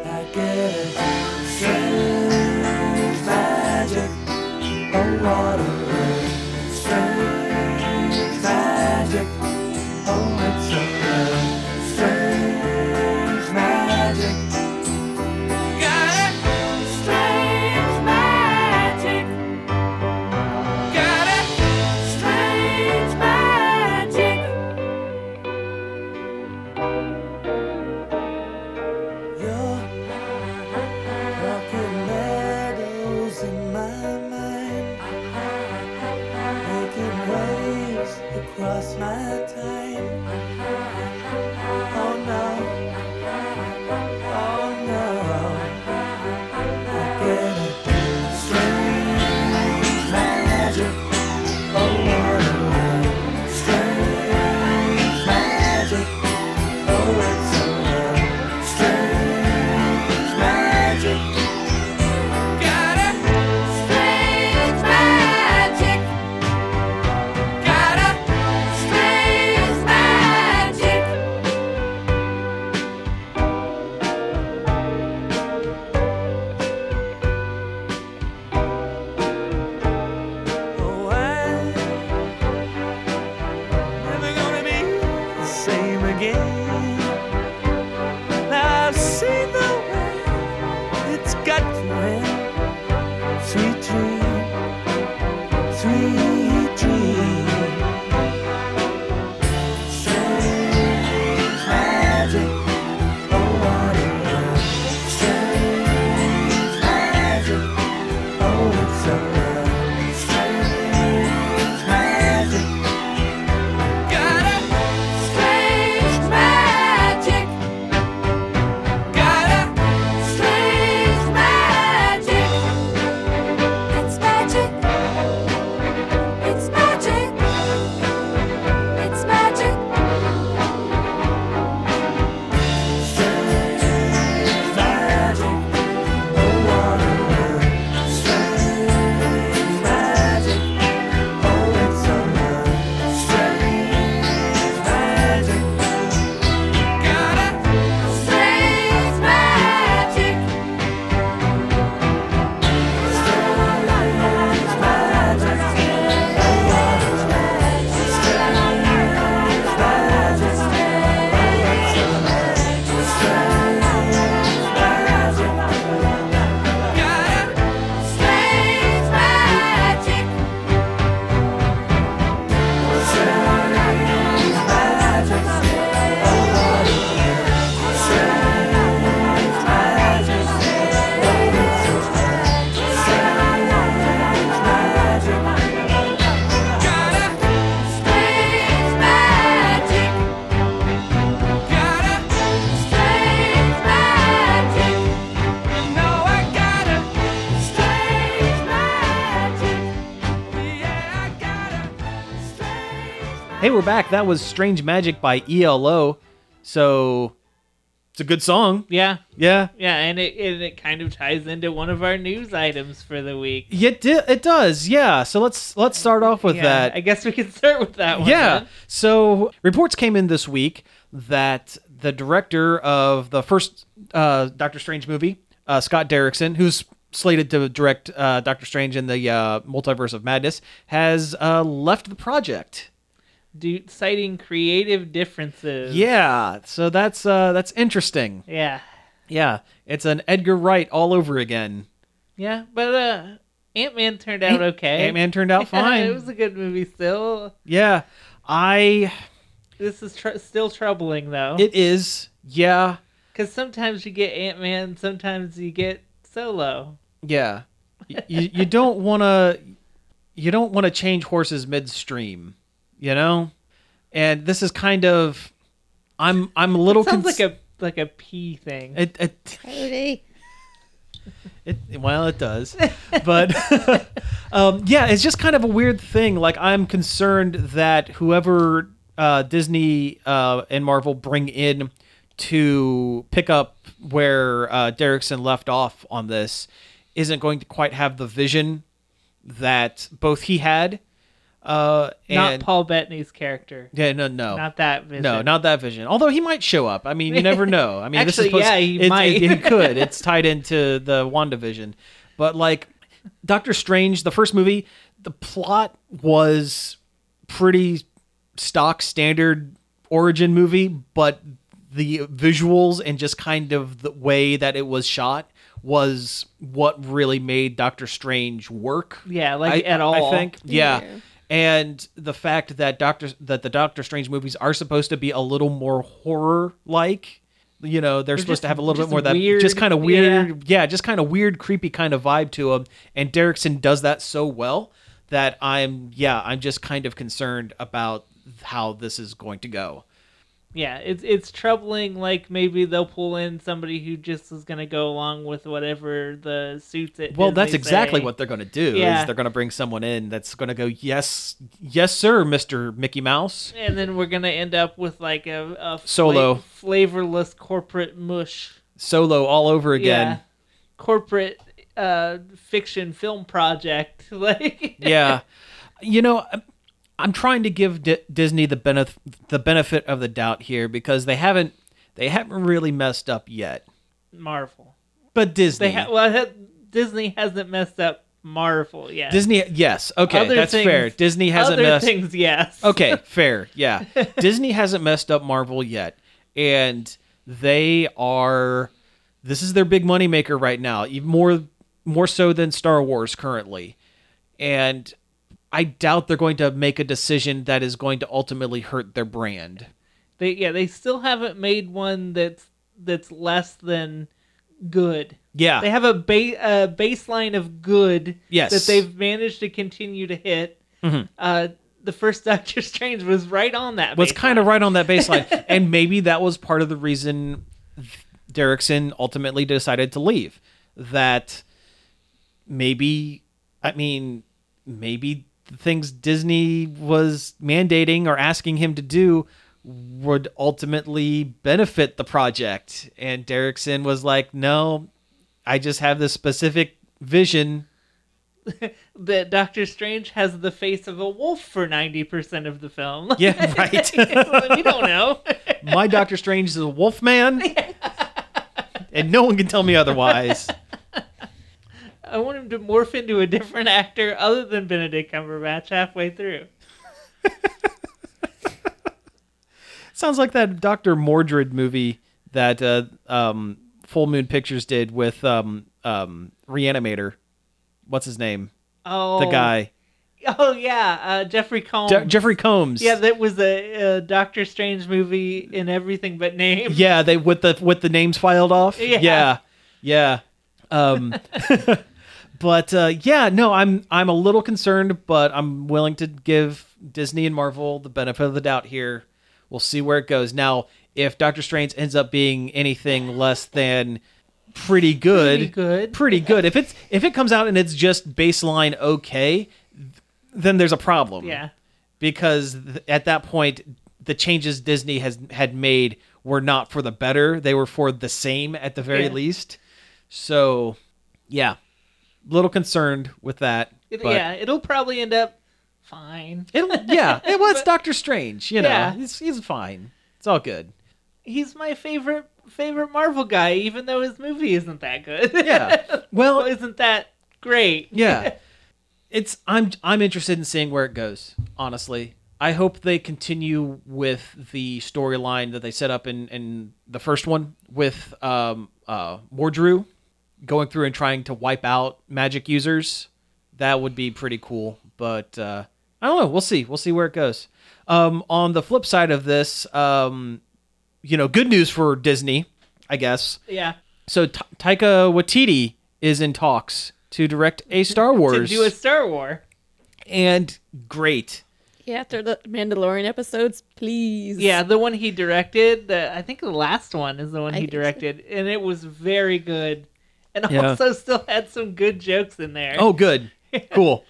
Speaker 6: I get a strange magic. Oh, what a strange magic. Oh, it's a strange magic. Got it. Strange magic. Got it. Strange magic. Your rocky meadows in my mind, making waves across my time. Oh no. Oh no. I get a strange magic. Oh what a strange magic. Oh it's a strange magic. Got a strange magic. Got a strange magic. Oh, I'm never gonna be the same again. I've seen the way it's got to end. Sweet dream, sweet dream. Strange oh, oh, oh,
Speaker 1: Hey, we're back. That was Strange Magic by ELO. So it's a good song.
Speaker 2: Yeah,
Speaker 1: Yeah.
Speaker 2: yeah, and it and it kind of ties into one of our news items for the week.
Speaker 1: It, di- it does. Yeah. So let's let's start off with
Speaker 2: yeah,
Speaker 1: that.
Speaker 2: I guess we can start with that one.
Speaker 1: yeah.
Speaker 2: then.
Speaker 1: So reports came in this week that the director of the first uh, Doctor Strange movie, uh, Scott Derrickson, who's slated to direct uh, Doctor Strange in the uh, Multiverse of Madness, has uh, left the project.
Speaker 2: Do, citing creative differences.
Speaker 1: Yeah. So that's uh, that's interesting.
Speaker 2: yeah,
Speaker 1: Yeah. It's an Edgar Wright all over again.
Speaker 2: yeah. But uh, Ant Man turned out okay.
Speaker 1: Ant Man turned out
Speaker 2: *laughs*
Speaker 1: fine.
Speaker 2: it was a good movie. Still,
Speaker 1: yeah. I.
Speaker 2: this is tr- still troubling though,
Speaker 1: It is. Yeah.
Speaker 2: because sometimes you get Ant Man, sometimes you get Solo.
Speaker 1: Yeah. Y- you, you don't want to you don't want to change horses midstream, you know? And this is kind of I'm I'm a little
Speaker 2: Sounds
Speaker 1: cons-
Speaker 2: like a like a pee thing.
Speaker 1: it, it
Speaker 3: Cody.
Speaker 1: it well it does. But *laughs* um yeah, it's just kind of a weird thing. Like I'm concerned that whoever uh Disney uh and Marvel bring in to pick up where uh Derrickson left off on this isn't going to quite have the vision that both he had uh
Speaker 2: Not
Speaker 1: and
Speaker 2: Paul Bettany's character.
Speaker 1: yeah no no
Speaker 2: Not that vision.
Speaker 1: no not that vision although he might show up i mean you never know i mean this is
Speaker 2: Actually,
Speaker 1: supposed-
Speaker 2: yeah, he
Speaker 1: it's- it-
Speaker 2: might.
Speaker 1: he
Speaker 2: *laughs*
Speaker 1: could it's tied into the wandavision but like doctor strange the first movie the plot was pretty stock standard origin movie but the visuals and just kind of the way that it was shot was what really made doctor strange work
Speaker 2: Yeah, like
Speaker 1: I-
Speaker 2: at all.
Speaker 1: I think. Yeah.
Speaker 3: Yeah.
Speaker 1: And the fact that Doctor that the Doctor Strange movies are supposed to be a little more horror like. You know, they're supposed
Speaker 2: just-
Speaker 1: to have a little
Speaker 2: just
Speaker 1: bit more of that
Speaker 2: weird,
Speaker 1: just kind of weird, yeah. just kind of weird, creepy kind of vibe to them. And Derrickson does that so well that I'm, yeah, I'm just kind of concerned about how this is going to go.
Speaker 2: Yeah, it's it's troubling. Like maybe they'll pull in somebody who just is gonna go along with whatever the suits it.
Speaker 1: Well,
Speaker 2: is
Speaker 1: that's
Speaker 2: they
Speaker 1: exactly
Speaker 2: say.
Speaker 1: what they're going to do.
Speaker 2: Yeah.
Speaker 1: Is they're going to bring someone in that's going to go, yes, yes, sir, Mister Mickey Mouse.
Speaker 2: And then we're gonna end up with like a, a fla-
Speaker 1: Solo.
Speaker 2: flavorless corporate mush.
Speaker 1: Solo all over again.
Speaker 2: Yeah, corporate uh, fiction film project. *laughs* Like
Speaker 1: yeah you know I'm- i'm trying to give D- disney the benefit the benefit of the doubt here because they haven't they haven't really messed up yet
Speaker 2: Marvel.
Speaker 1: but disney
Speaker 2: They ha- well ha- Disney hasn't messed up Marvel yet.
Speaker 1: disney yes okay
Speaker 2: Other
Speaker 1: that's
Speaker 2: things-
Speaker 1: fair disney hasn't
Speaker 2: Other
Speaker 1: messed Oh.
Speaker 2: things, yes.
Speaker 1: okay fair yeah disney hasn't messed up marvel yet and they are this is their big moneymaker right now even more more so than star wars currently and i doubt they're going to make a decision that is going to ultimately hurt their brand
Speaker 2: They yeah, they still haven't made one that's that's less than good.
Speaker 1: Yeah.
Speaker 2: They have a ba- a baseline of good
Speaker 1: Ah. Yes. Mm-hmm.
Speaker 2: that they've managed to continue to hit. Uh, the first *laughs* Doctor Strange was right on that.
Speaker 1: was
Speaker 2: baseline.
Speaker 1: kind of right on that baseline. and maybe that was part of the reason Derrickson ultimately decided to leave. That maybe, I mean, maybe the things Disney was mandating or asking him to do would ultimately benefit the project. And Derrickson was like, no, I just have this specific vision.
Speaker 2: that Doctor Strange has the face of a wolf for ninety percent of the film.
Speaker 1: Yeah, *laughs*
Speaker 2: *laughs*
Speaker 1: right.
Speaker 2: we don't know. *laughs*
Speaker 1: my Doctor Strange is a wolf man, and no one can tell me otherwise.
Speaker 2: I want him to morph into a different actor other than Benedict Cumberbatch halfway through.
Speaker 1: Sounds like that Doctor Mordred movie that uh, um, Full Moon Pictures did with um, um, Reanimator. What's his name?
Speaker 2: Oh,
Speaker 1: The guy
Speaker 2: Oh yeah, uh, Jeffrey Combs.
Speaker 1: Je- Jeffrey Combs.
Speaker 2: Yeah, that was a, a Doctor Strange movie in everything but name.
Speaker 1: yeah. They with the with the names filed off.
Speaker 2: Yeah.
Speaker 1: yeah, yeah.
Speaker 2: *laughs*
Speaker 1: Um, but uh, yeah, no, I'm I'm a little concerned, but I'm willing to give Disney and Marvel the benefit of the doubt here. We'll see where it goes. Now, if Doctor Strange ends up being anything less than pretty good,
Speaker 2: Pretty good.
Speaker 1: pretty good. If it's if it comes out and it's just baseline okay, th- then there's a problem.
Speaker 2: Yeah.
Speaker 1: because th- at that point the changes Disney has had made were not for the better; they were for the same at the very
Speaker 2: Yeah.
Speaker 1: least. So, yeah, little concerned with that.
Speaker 2: It-
Speaker 1: but-
Speaker 2: yeah, it'll probably end up fine.
Speaker 1: It'll, yeah, it
Speaker 2: *laughs*
Speaker 1: was Doctor Strange. You know,
Speaker 2: Yeah.
Speaker 1: he's, he's fine. It's all good.
Speaker 2: He's my favorite favorite Marvel guy, even though his movie isn't that good. *laughs*
Speaker 1: Yeah.
Speaker 2: well,
Speaker 1: Well,
Speaker 2: isn't that great?
Speaker 1: yeah. *laughs* It's I'm I'm interested in seeing where it goes. Honestly, I hope they continue with the storyline that they set up in in the first one with um uh Mordrew going through and trying to wipe out magic users. That would be pretty cool. But uh, I don't know. We'll see. We'll see where it goes. Um, on the flip side of this, um, you know, good news for Disney, I guess.
Speaker 2: Yeah.
Speaker 1: So Ta Taika Waititi is in talks to direct a Star
Speaker 2: To
Speaker 1: Wars,
Speaker 2: do a Star War.
Speaker 1: and great.
Speaker 3: Yeah, after the Mandalorian episodes, please.
Speaker 2: Yeah, the one he directed, the I think the last one is the one
Speaker 3: I
Speaker 2: he
Speaker 3: think so.
Speaker 2: directed, and it was very good. And
Speaker 1: Yeah.
Speaker 2: also still had some good jokes in there.
Speaker 1: Oh,
Speaker 2: *laughs*
Speaker 1: good, cool.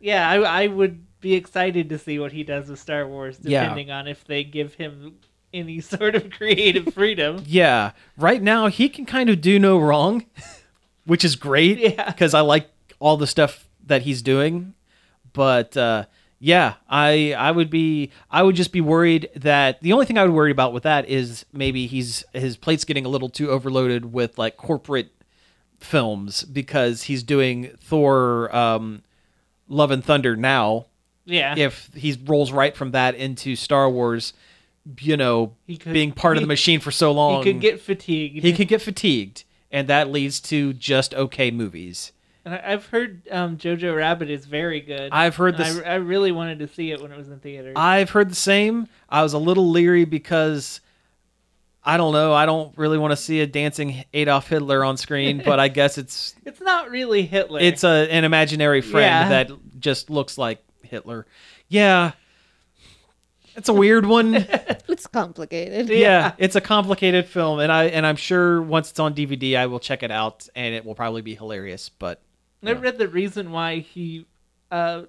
Speaker 2: Yeah, I, I would be excited to see what he does with Star Wars,
Speaker 1: Yeah.
Speaker 2: depending on if they give him any *laughs* sort of creative freedom.
Speaker 1: Yeah, right now he can kind of do no wrong, *laughs* which is great.
Speaker 2: Yeah.
Speaker 1: because I like all the stuff that he's doing. But uh, yeah, I I would be I would just be worried that the only thing I would worry about with that is maybe he's his plate's getting a little too overloaded with like corporate films because he's doing Thor, um, Love and Thunder now.
Speaker 2: Yeah.
Speaker 1: If he rolls right from that into Star Wars, you know,
Speaker 2: He could-
Speaker 1: being part of the
Speaker 2: he-
Speaker 1: machine for so long,
Speaker 2: He could get fatigued.
Speaker 1: um, he could get fatigued, and that leads to just okay movies.
Speaker 2: And I- I've heard um, Jojo Rabbit is very good.
Speaker 1: I've heard
Speaker 2: And I-
Speaker 1: this-
Speaker 2: I, really wanted to see it when it was in theaters.
Speaker 1: I've heard the same. I was a little leery because I don't know. I don't really want to see a dancing Adolf Hitler on
Speaker 2: *laughs*
Speaker 1: screen, but I guess it's
Speaker 2: it's not really Hitler.
Speaker 1: it's a, an imaginary friend
Speaker 2: Yeah.
Speaker 1: that just looks like Hitler. Yeah. It's a weird
Speaker 2: *laughs*
Speaker 1: one.
Speaker 3: It's complicated.
Speaker 1: yeah, it's a complicated film and I and I'm sure once it's on DVD I will check it out and it will probably be hilarious, but
Speaker 2: And
Speaker 1: uh,
Speaker 2: I read the reason why he uh,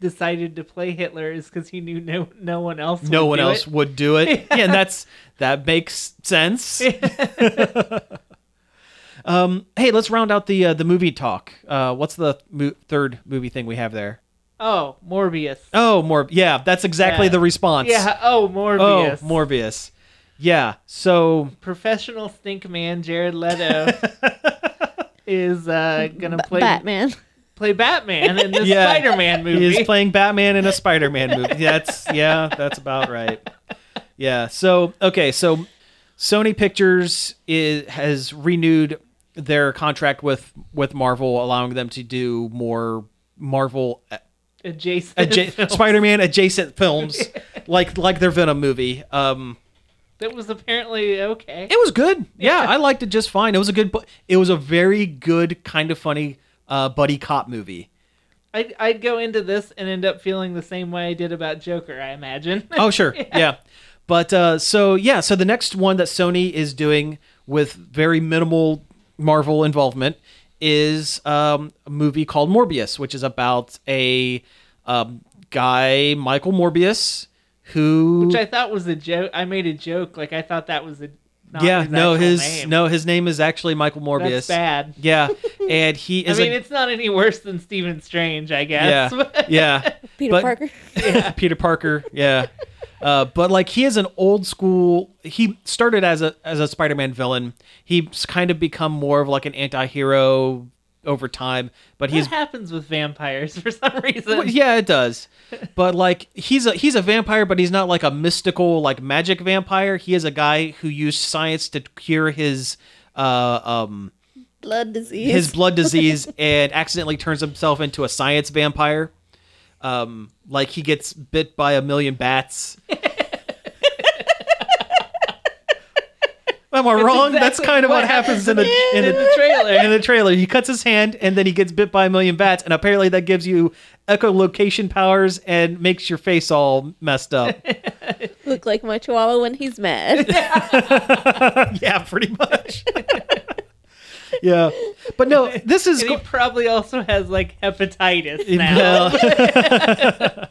Speaker 2: decided to play Hitler is because he knew no no one else.
Speaker 1: no
Speaker 2: would
Speaker 1: one
Speaker 2: do
Speaker 1: else
Speaker 2: it.
Speaker 1: would do
Speaker 2: *laughs*
Speaker 1: it. Yeah, and that's that makes sense. um, hey, let's round out the uh, the movie talk. Uh, what's the mo- third movie thing we have there?
Speaker 2: Oh, Morbius.
Speaker 1: Oh, more. Yeah, that's exactly
Speaker 2: Yeah.
Speaker 1: the response.
Speaker 2: Yeah. Oh,
Speaker 1: Oh,
Speaker 2: Morbius.
Speaker 1: Morbius. Yeah. So
Speaker 2: Professional stink man
Speaker 1: *laughs*
Speaker 2: Jared Leto is uh, gonna play
Speaker 3: Batman.
Speaker 2: play Batman in
Speaker 1: *laughs*
Speaker 2: this
Speaker 1: Yeah.
Speaker 2: Spider-Man
Speaker 1: he
Speaker 2: movie.
Speaker 1: *laughs* is playing Batman in a Spider-Man movie. That's yeah, that's about right. Yeah. So okay, so Sony Pictures is, has renewed their contract with with Marvel, allowing them to do more Marvel
Speaker 2: Adjacent.
Speaker 1: adja-
Speaker 2: films.
Speaker 1: Spider-Man adjacent films, like like their Venom movie. Um,
Speaker 2: *laughs* that was apparently okay.
Speaker 1: it was good. Yeah, I liked it just fine. It was a good. bu- It was a very good kind of funny uh, buddy cop movie.
Speaker 2: I'd, I'd go into this and end up feeling the same way I did about Joker, I imagine. *laughs*
Speaker 1: *laughs* oh sure yeah, but uh, so yeah so the next one that sony is doing with very minimal marvel involvement is um, a movie called morbius which is about a um, guy michael morbius who
Speaker 2: Which I thought was a joke. I made a joke. Like, I thought that was a. Not
Speaker 1: yeah
Speaker 2: his
Speaker 1: no
Speaker 2: actual
Speaker 1: his
Speaker 2: name.
Speaker 1: no his name is actually michael morbius
Speaker 2: That's bad. *laughs*
Speaker 1: yeah and he
Speaker 2: I
Speaker 1: is
Speaker 2: mean,
Speaker 1: a,
Speaker 2: it's not any worse than Stephen Strange, I *laughs* guess.
Speaker 1: yeah yeah
Speaker 3: Peter
Speaker 1: But-
Speaker 3: Parker.
Speaker 1: *laughs* Peter Parker, yeah. Uh, but like he is an old school. He started as a as a Spider-Man villain. He's kind of become more of like an anti-hero over time. But *laughs*
Speaker 2: What
Speaker 1: he's
Speaker 2: happens with vampires for some reason?
Speaker 1: well, yeah, it does. But like he's a he's a vampire, but he's not like a mystical like magic vampire. He is a guy who used science to cure his uh um
Speaker 3: Blood disease.
Speaker 1: his
Speaker 2: *laughs*
Speaker 1: blood disease and accidentally turns himself into a science vampire. Um, like he gets bit by a million bats.
Speaker 2: *laughs*
Speaker 1: Am I wrong? That's
Speaker 2: exactly
Speaker 1: kind of what,
Speaker 2: what
Speaker 1: happens in the in
Speaker 2: in
Speaker 1: the,
Speaker 2: the trailer.
Speaker 1: in the trailer. He cuts his hand and then he gets bit by a million bats, and apparently that gives you echolocation powers and makes your face all messed up.
Speaker 2: *laughs*
Speaker 1: *laughs*
Speaker 3: Look like my chihuahua when he's mad.
Speaker 1: yeah, pretty much. *laughs* yeah, but
Speaker 2: *laughs*
Speaker 1: no, this is
Speaker 2: And
Speaker 1: go-
Speaker 2: *laughs*
Speaker 3: *laughs*
Speaker 2: he probably also has, like, hepatitis now.
Speaker 1: Well-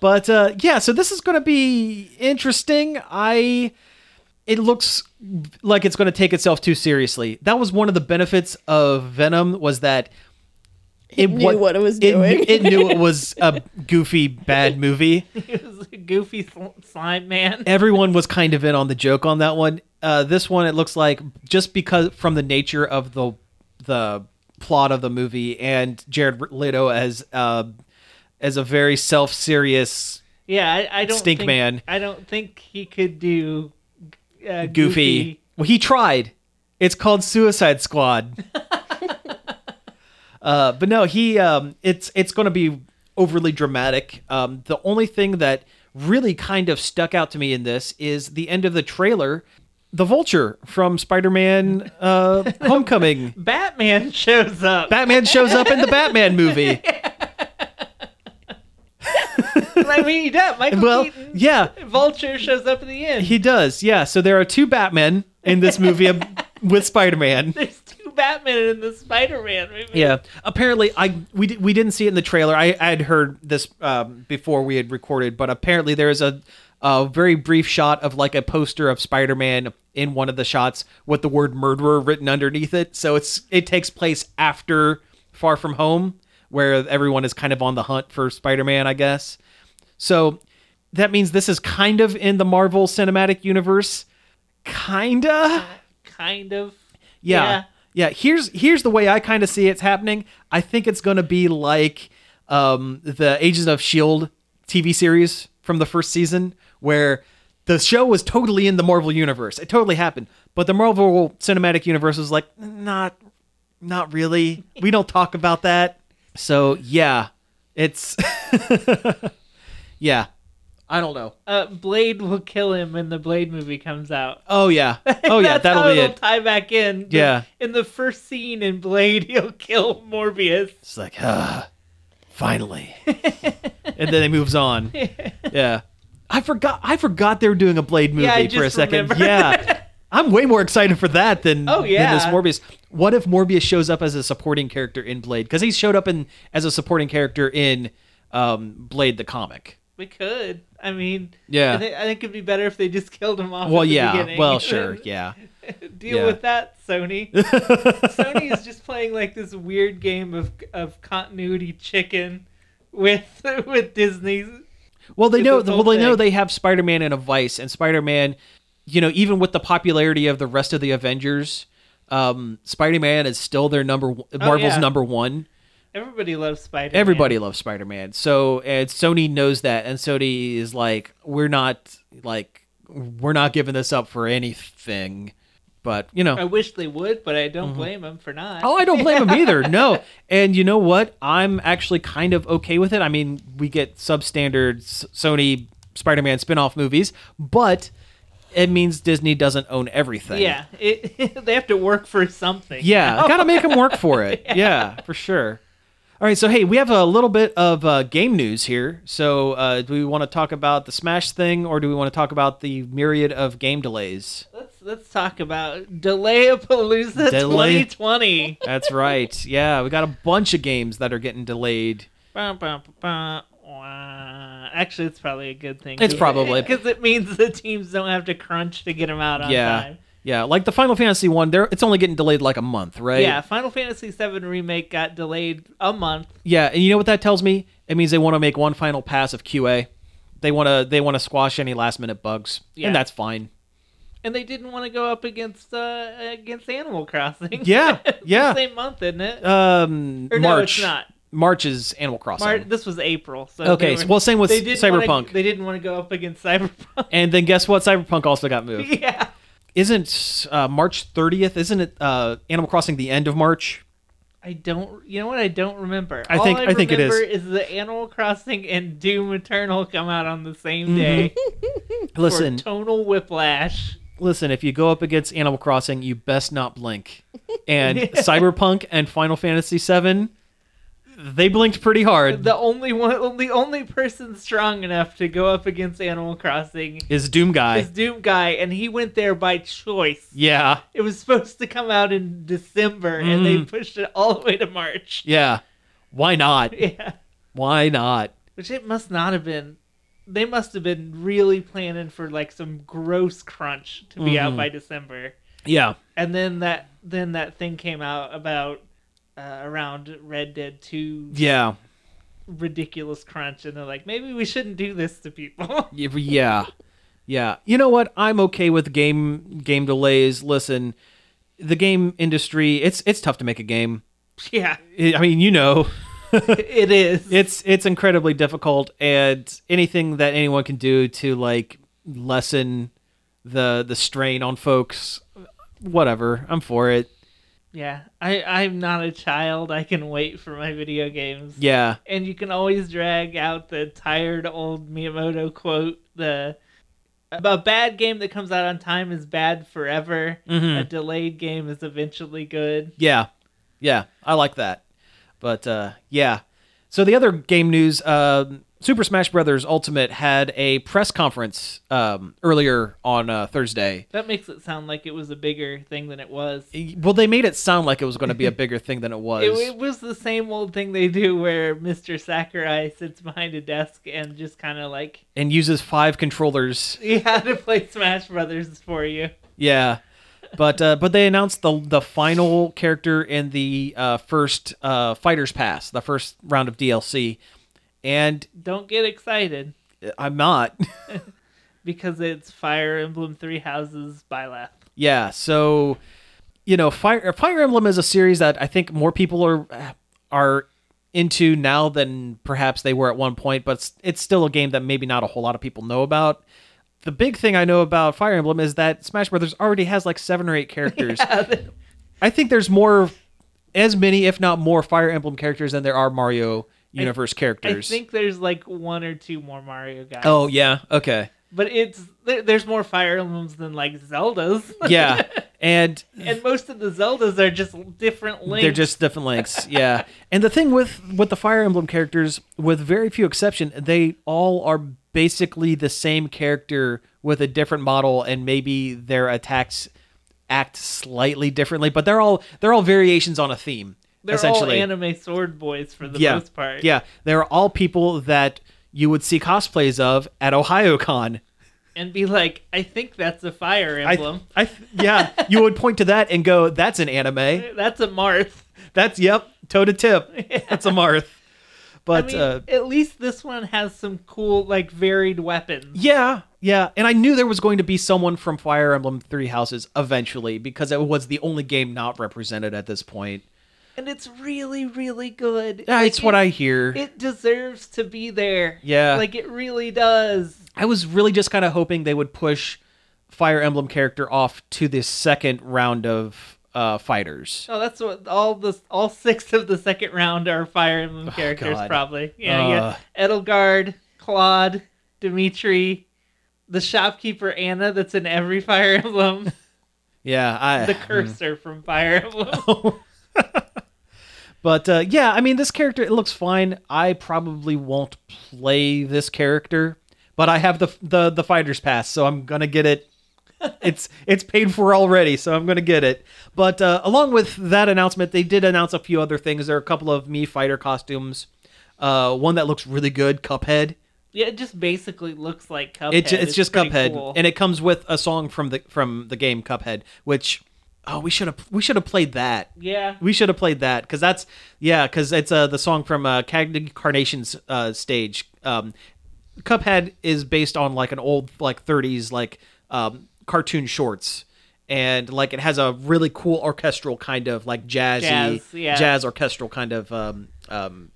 Speaker 1: But uh, yeah, so this is going to be interesting. I it looks like it's going to take itself too seriously. That was one of the benefits of Venom was that it
Speaker 3: knew
Speaker 1: wa-
Speaker 3: what it was
Speaker 1: knew-
Speaker 3: doing.
Speaker 1: It, knew it
Speaker 3: *laughs*
Speaker 1: was a goofy bad movie.
Speaker 2: He was a goofy sl- slime man.
Speaker 1: *laughs* Everyone was kind of in on the joke on that one. Uh, this one, it looks like just because from the nature of the the plot of the movie and Jared Leto as uh, as a very self serious
Speaker 2: Yeah, I, I don't
Speaker 1: Stink
Speaker 2: think,
Speaker 1: man.
Speaker 2: I don't think he could do uh,
Speaker 1: goofy. Well, he tried. It's called Suicide Squad. uh, but no, he um, it's it's going to be overly dramatic. Um, the only thing that really kind of stuck out to me in this is the end of the trailer. The Vulture from Spider-Man: uh, Homecoming.
Speaker 2: Batman *laughs* shows up.
Speaker 1: Batman shows up in the Batman movie.
Speaker 2: *laughs* I mean, yeah, Michael
Speaker 1: Well,
Speaker 2: Keaton.
Speaker 1: yeah,
Speaker 2: Vulture shows up at the end.
Speaker 1: he does. Yeah, so there are two Batmen in this movie ab- with Spider-Man.
Speaker 2: *laughs* There's two Batman in the Spider-Man movie.
Speaker 1: Yeah. Apparently, I we di- we didn't see it in the trailer. I, I had heard this um, before we had recorded, but apparently there is a a very brief shot of like a poster of Spider-Man in one of the shots with the word murderer written underneath it. So it's it takes place after Far From Home, where everyone is kind of on the hunt for Spider-Man, I guess. So that means this is kind of in the Marvel Cinematic Universe, kinda
Speaker 2: kind of.
Speaker 1: yeah. yeah here's here's the way i kind of see it's happening i think it's going to be like um the agents of shield tv series from the first season where the show was totally in the marvel universe it totally happened but the marvel cinematic universe was like not not really we don't talk about that so yeah it's *laughs* yeah i don't know
Speaker 2: Uh, Blade will kill him when the Blade movie comes out.
Speaker 1: oh *laughs* yeah oh yeah
Speaker 2: That's
Speaker 1: that'll
Speaker 2: how
Speaker 1: be
Speaker 2: it'll
Speaker 1: it
Speaker 2: Tie back in.
Speaker 1: Yeah.
Speaker 2: In the first scene in Blade, *laughs* he'll kill Morbius.
Speaker 1: It's like, ah, finally.
Speaker 2: *laughs*
Speaker 1: and then he moves on. Yeah. I forgot I forgot they were doing a Blade movie
Speaker 2: Yeah, I
Speaker 1: for a
Speaker 2: just
Speaker 1: second.
Speaker 2: remembered
Speaker 1: Yeah. I'm way more excited for that than,
Speaker 2: Oh,
Speaker 1: than this
Speaker 2: yeah.
Speaker 1: Morbius. What if Morbius shows up as a supporting character in Blade? Because he showed up in as a supporting character in um, Blade the comic.
Speaker 2: *laughs* We could. I mean,
Speaker 1: Yeah.
Speaker 2: I, thi- I think it'd be better if they just killed him off.
Speaker 1: Well,
Speaker 2: at the
Speaker 1: yeah.
Speaker 2: beginning. *laughs*
Speaker 1: Well, sure. Yeah.
Speaker 2: Deal
Speaker 1: Yeah.
Speaker 2: with that,
Speaker 1: *laughs*
Speaker 2: Sony. Sony is just playing like this weird game of of continuity chicken with *laughs* with Disney.
Speaker 1: Well, they
Speaker 2: It's
Speaker 1: know.
Speaker 2: its
Speaker 1: Well,
Speaker 2: own
Speaker 1: they know
Speaker 2: thing.
Speaker 1: they have Spider-Man and a Vice, and Spider-Man, you know, even with the popularity of the rest of the Avengers, um, Spider-Man is still their number one, Marvel's
Speaker 2: yeah.
Speaker 1: number one.
Speaker 2: Everybody loves Spider.
Speaker 1: Everybody loves Spider-Man, so and Sony knows that, and Sony is like, we're not like we're not giving this up for anything. But you know,
Speaker 2: I wish they would, but I
Speaker 1: Mm-hmm.
Speaker 2: don't blame them for not.
Speaker 1: Oh, I don't blame him either. No. And you know what? I'm actually kind of okay with it. I mean, we get substandard S- Sony Spider Man spin off movies, but it means Disney doesn't own everything.
Speaker 2: yeah, it, *laughs* they have to work for something.
Speaker 1: Yeah. Gotta make them work for it. yeah. for sure. All right. So, hey, we have a little bit of uh, game news here. So, uh, do we want to talk about the Smash thing or do we want to talk about the myriad of game delays?
Speaker 2: Let's let's talk about Delayapalooza
Speaker 1: Delay-
Speaker 2: 2020.
Speaker 1: That's right. Yeah. We got a bunch of games that are getting delayed.
Speaker 2: Bum, bum, bum, bum. Wah. Actually, it's probably a good thing.
Speaker 1: It's
Speaker 2: *laughs*
Speaker 1: probably-
Speaker 2: because it means the teams don't have to crunch to get them out on
Speaker 1: yeah
Speaker 2: time.
Speaker 1: yeah like the final fantasy one there it's only getting delayed like a month right
Speaker 2: Yeah, Final Fantasy VII remake got delayed a month.
Speaker 1: yeah and you know what that tells me it means they want to make one final pass of qa they want to they want to squash any last minute bugs
Speaker 2: Yeah.
Speaker 1: and that's fine
Speaker 2: and they didn't want to go up against uh, against Animal Crossing.
Speaker 1: Yeah,
Speaker 2: *laughs* It's
Speaker 1: yeah.
Speaker 2: the same month, isn't it?
Speaker 1: um
Speaker 2: Or
Speaker 1: march
Speaker 2: no, it's not.
Speaker 1: march is animal crossing
Speaker 2: Mar- this was April. So
Speaker 1: Okay,
Speaker 2: they
Speaker 1: so- well, same with
Speaker 2: they didn't wanna-
Speaker 1: Cyberpunk.
Speaker 2: they didn't want to go up against
Speaker 1: *laughs*
Speaker 2: Cyberpunk.
Speaker 1: and then guess what cyberpunk also got moved
Speaker 2: *laughs* yeah,
Speaker 1: isn't uh, march 30th isn't it uh animal crossing the end of march
Speaker 2: I don't. You know what? I don't remember.
Speaker 1: I
Speaker 2: All
Speaker 1: think-
Speaker 2: I,
Speaker 1: I think it is.
Speaker 2: remember is the Animal Crossing and Doom Eternal come out on the same day.
Speaker 1: Mm-hmm. listen
Speaker 2: for tonal whiplash.
Speaker 1: listen if you go up against animal crossing you best not *laughs* blink and cyberpunk and final fantasy 7 they blinked pretty hard
Speaker 2: The only one, the only person strong enough to go up against Animal Crossing
Speaker 1: is Doom Guy.
Speaker 2: is Doom Guy, and he went there by choice.
Speaker 1: yeah,
Speaker 2: It was supposed to come out in December, and they pushed it all the way to March. *laughs*
Speaker 1: yeah. Why not?
Speaker 2: Yeah,
Speaker 1: Why not?
Speaker 2: which it must not have been they must have been really planning for like some gross crunch to be out by December.
Speaker 1: Yeah.
Speaker 2: And then that then that thing came out about uh, around Red Dead Two
Speaker 1: Yeah.
Speaker 2: ridiculous crunch, and they're like, maybe we shouldn't do this to people. *laughs*
Speaker 1: Y- Yeah. Yeah. You know what? I'm okay with game game delays. Listen, the game industry, it's it's tough to make a game.
Speaker 2: yeah,
Speaker 1: I I mean, you know,
Speaker 2: *laughs* it is.
Speaker 1: it's it's incredibly difficult and anything that anyone can do to like lessen the the strain on folks whatever i'm for it
Speaker 2: Yeah, I I'm not a child. I can wait for my video games.
Speaker 1: yeah
Speaker 2: and you can always drag out the tired old Miyamoto quote the a bad game that comes out on time is bad forever. A delayed game is eventually good.
Speaker 1: yeah yeah i like that but uh yeah so the other game news um super smash brothers ultimate had a press conference um earlier on uh thursday
Speaker 2: That makes it sound like it was a bigger thing than it was. It,
Speaker 1: well they made it sound like it was going to be
Speaker 2: *laughs*
Speaker 1: a bigger thing than it was
Speaker 2: it was the same old thing they do where Mr. Sakurai sits behind a desk and just kind of like, *laughs*
Speaker 1: and uses five controllers
Speaker 2: he had to play Smash Brothers for you.
Speaker 1: Yeah, but uh, but they announced the the final character in the uh, first uh, Fighters Pass, the first round of DLC, and
Speaker 2: Don't get excited
Speaker 1: I'm not.
Speaker 2: because it's Fire Emblem Three Houses Byleth.
Speaker 1: yeah, so you know, Fire Fire Emblem is a series that I think more people are are into now than perhaps they were at one point, but it's, it's still a game that maybe not a whole lot of people know about. The big thing I know about Fire Emblem is that Smash Brothers already has like seven or eight
Speaker 2: *laughs*
Speaker 1: characters. I think there's more, as many, if not more, Fire Emblem characters than there are Mario universe
Speaker 2: I
Speaker 1: characters.
Speaker 2: think there's like one or two more Mario guys.
Speaker 1: oh yeah, okay,
Speaker 2: but it's there, there's more Fire Emblems than like Zeldas, *laughs*
Speaker 1: yeah, and
Speaker 2: and most of the Zeldas are just different links.
Speaker 1: they're just different
Speaker 2: *laughs*
Speaker 1: links. Yeah, and the thing with with the Fire Emblem characters, with very few exception, they all are basically the same character with a different model, and maybe their attacks act slightly differently, but they're all they're all variations on a theme.
Speaker 2: they're all
Speaker 1: essentially.
Speaker 2: anime sword boys for the
Speaker 1: yeah.
Speaker 2: most part.
Speaker 1: Yeah, they're all people that you would see cosplays of at OhioCon.
Speaker 2: and be like, I think that's a Fire
Speaker 1: I,
Speaker 2: Emblem.
Speaker 1: I, yeah, you would point to that and go, "That's an
Speaker 2: *laughs*
Speaker 1: anime.
Speaker 2: that's a Marth.
Speaker 1: That's yep, toe to
Speaker 2: *laughs*
Speaker 1: tip. That's a Marth."
Speaker 2: I
Speaker 1: But
Speaker 2: mean,
Speaker 1: uh,
Speaker 2: at least this one has some cool, like, varied weapons.
Speaker 1: yeah, yeah, and I knew there was going to be someone from Fire Emblem Three Houses eventually because it was the only game not represented at this point.
Speaker 2: And it's really, really good.
Speaker 1: Yeah,
Speaker 2: Like,
Speaker 1: it's what
Speaker 2: it-
Speaker 1: I hear.
Speaker 2: It deserves to be there.
Speaker 1: Yeah.
Speaker 2: Like, it really does.
Speaker 1: I was really just kind of hoping they would push Fire Emblem character off to the second round of uh, fighters.
Speaker 2: Oh, that's what all the all six of the second round are Fire Emblem characters,
Speaker 1: Oh, God. Uh.
Speaker 2: probably. Yeah, yeah. Edelgard, Claude, Dimitri, the shopkeeper Anna, that's in every Fire
Speaker 1: *laughs*
Speaker 2: Emblem,
Speaker 1: Yeah, I.
Speaker 2: the cursor from Fire Emblem.
Speaker 1: *laughs* but uh, yeah, I mean, this character it looks fine. I probably won't play this character, but I have the the the fighter's pass, so I'm gonna get
Speaker 2: *laughs*
Speaker 1: it. it's it's paid for already, so I'm gonna get it. But uh, along with that announcement, they did announce a few other things. There are a couple of Mii fighter costumes. Uh, one that looks really good, Cuphead.
Speaker 2: yeah, it just basically looks like Cuphead.
Speaker 1: It, ju- it's, just
Speaker 2: pretty
Speaker 1: Cuphead,
Speaker 2: cool.
Speaker 1: and it comes with a song from the from the game Cuphead, which oh we should have we should have played that.
Speaker 2: yeah,
Speaker 1: We should have played that because that's yeah because it's uh, the song from uh, Cagny Carnation's uh, stage. Um, Cuphead is based on like an old like 30s like um, cartoon shorts, and like it has a really cool orchestral kind of like jazzy
Speaker 2: Jazz, yeah.
Speaker 1: jazz orchestral kind of um, um,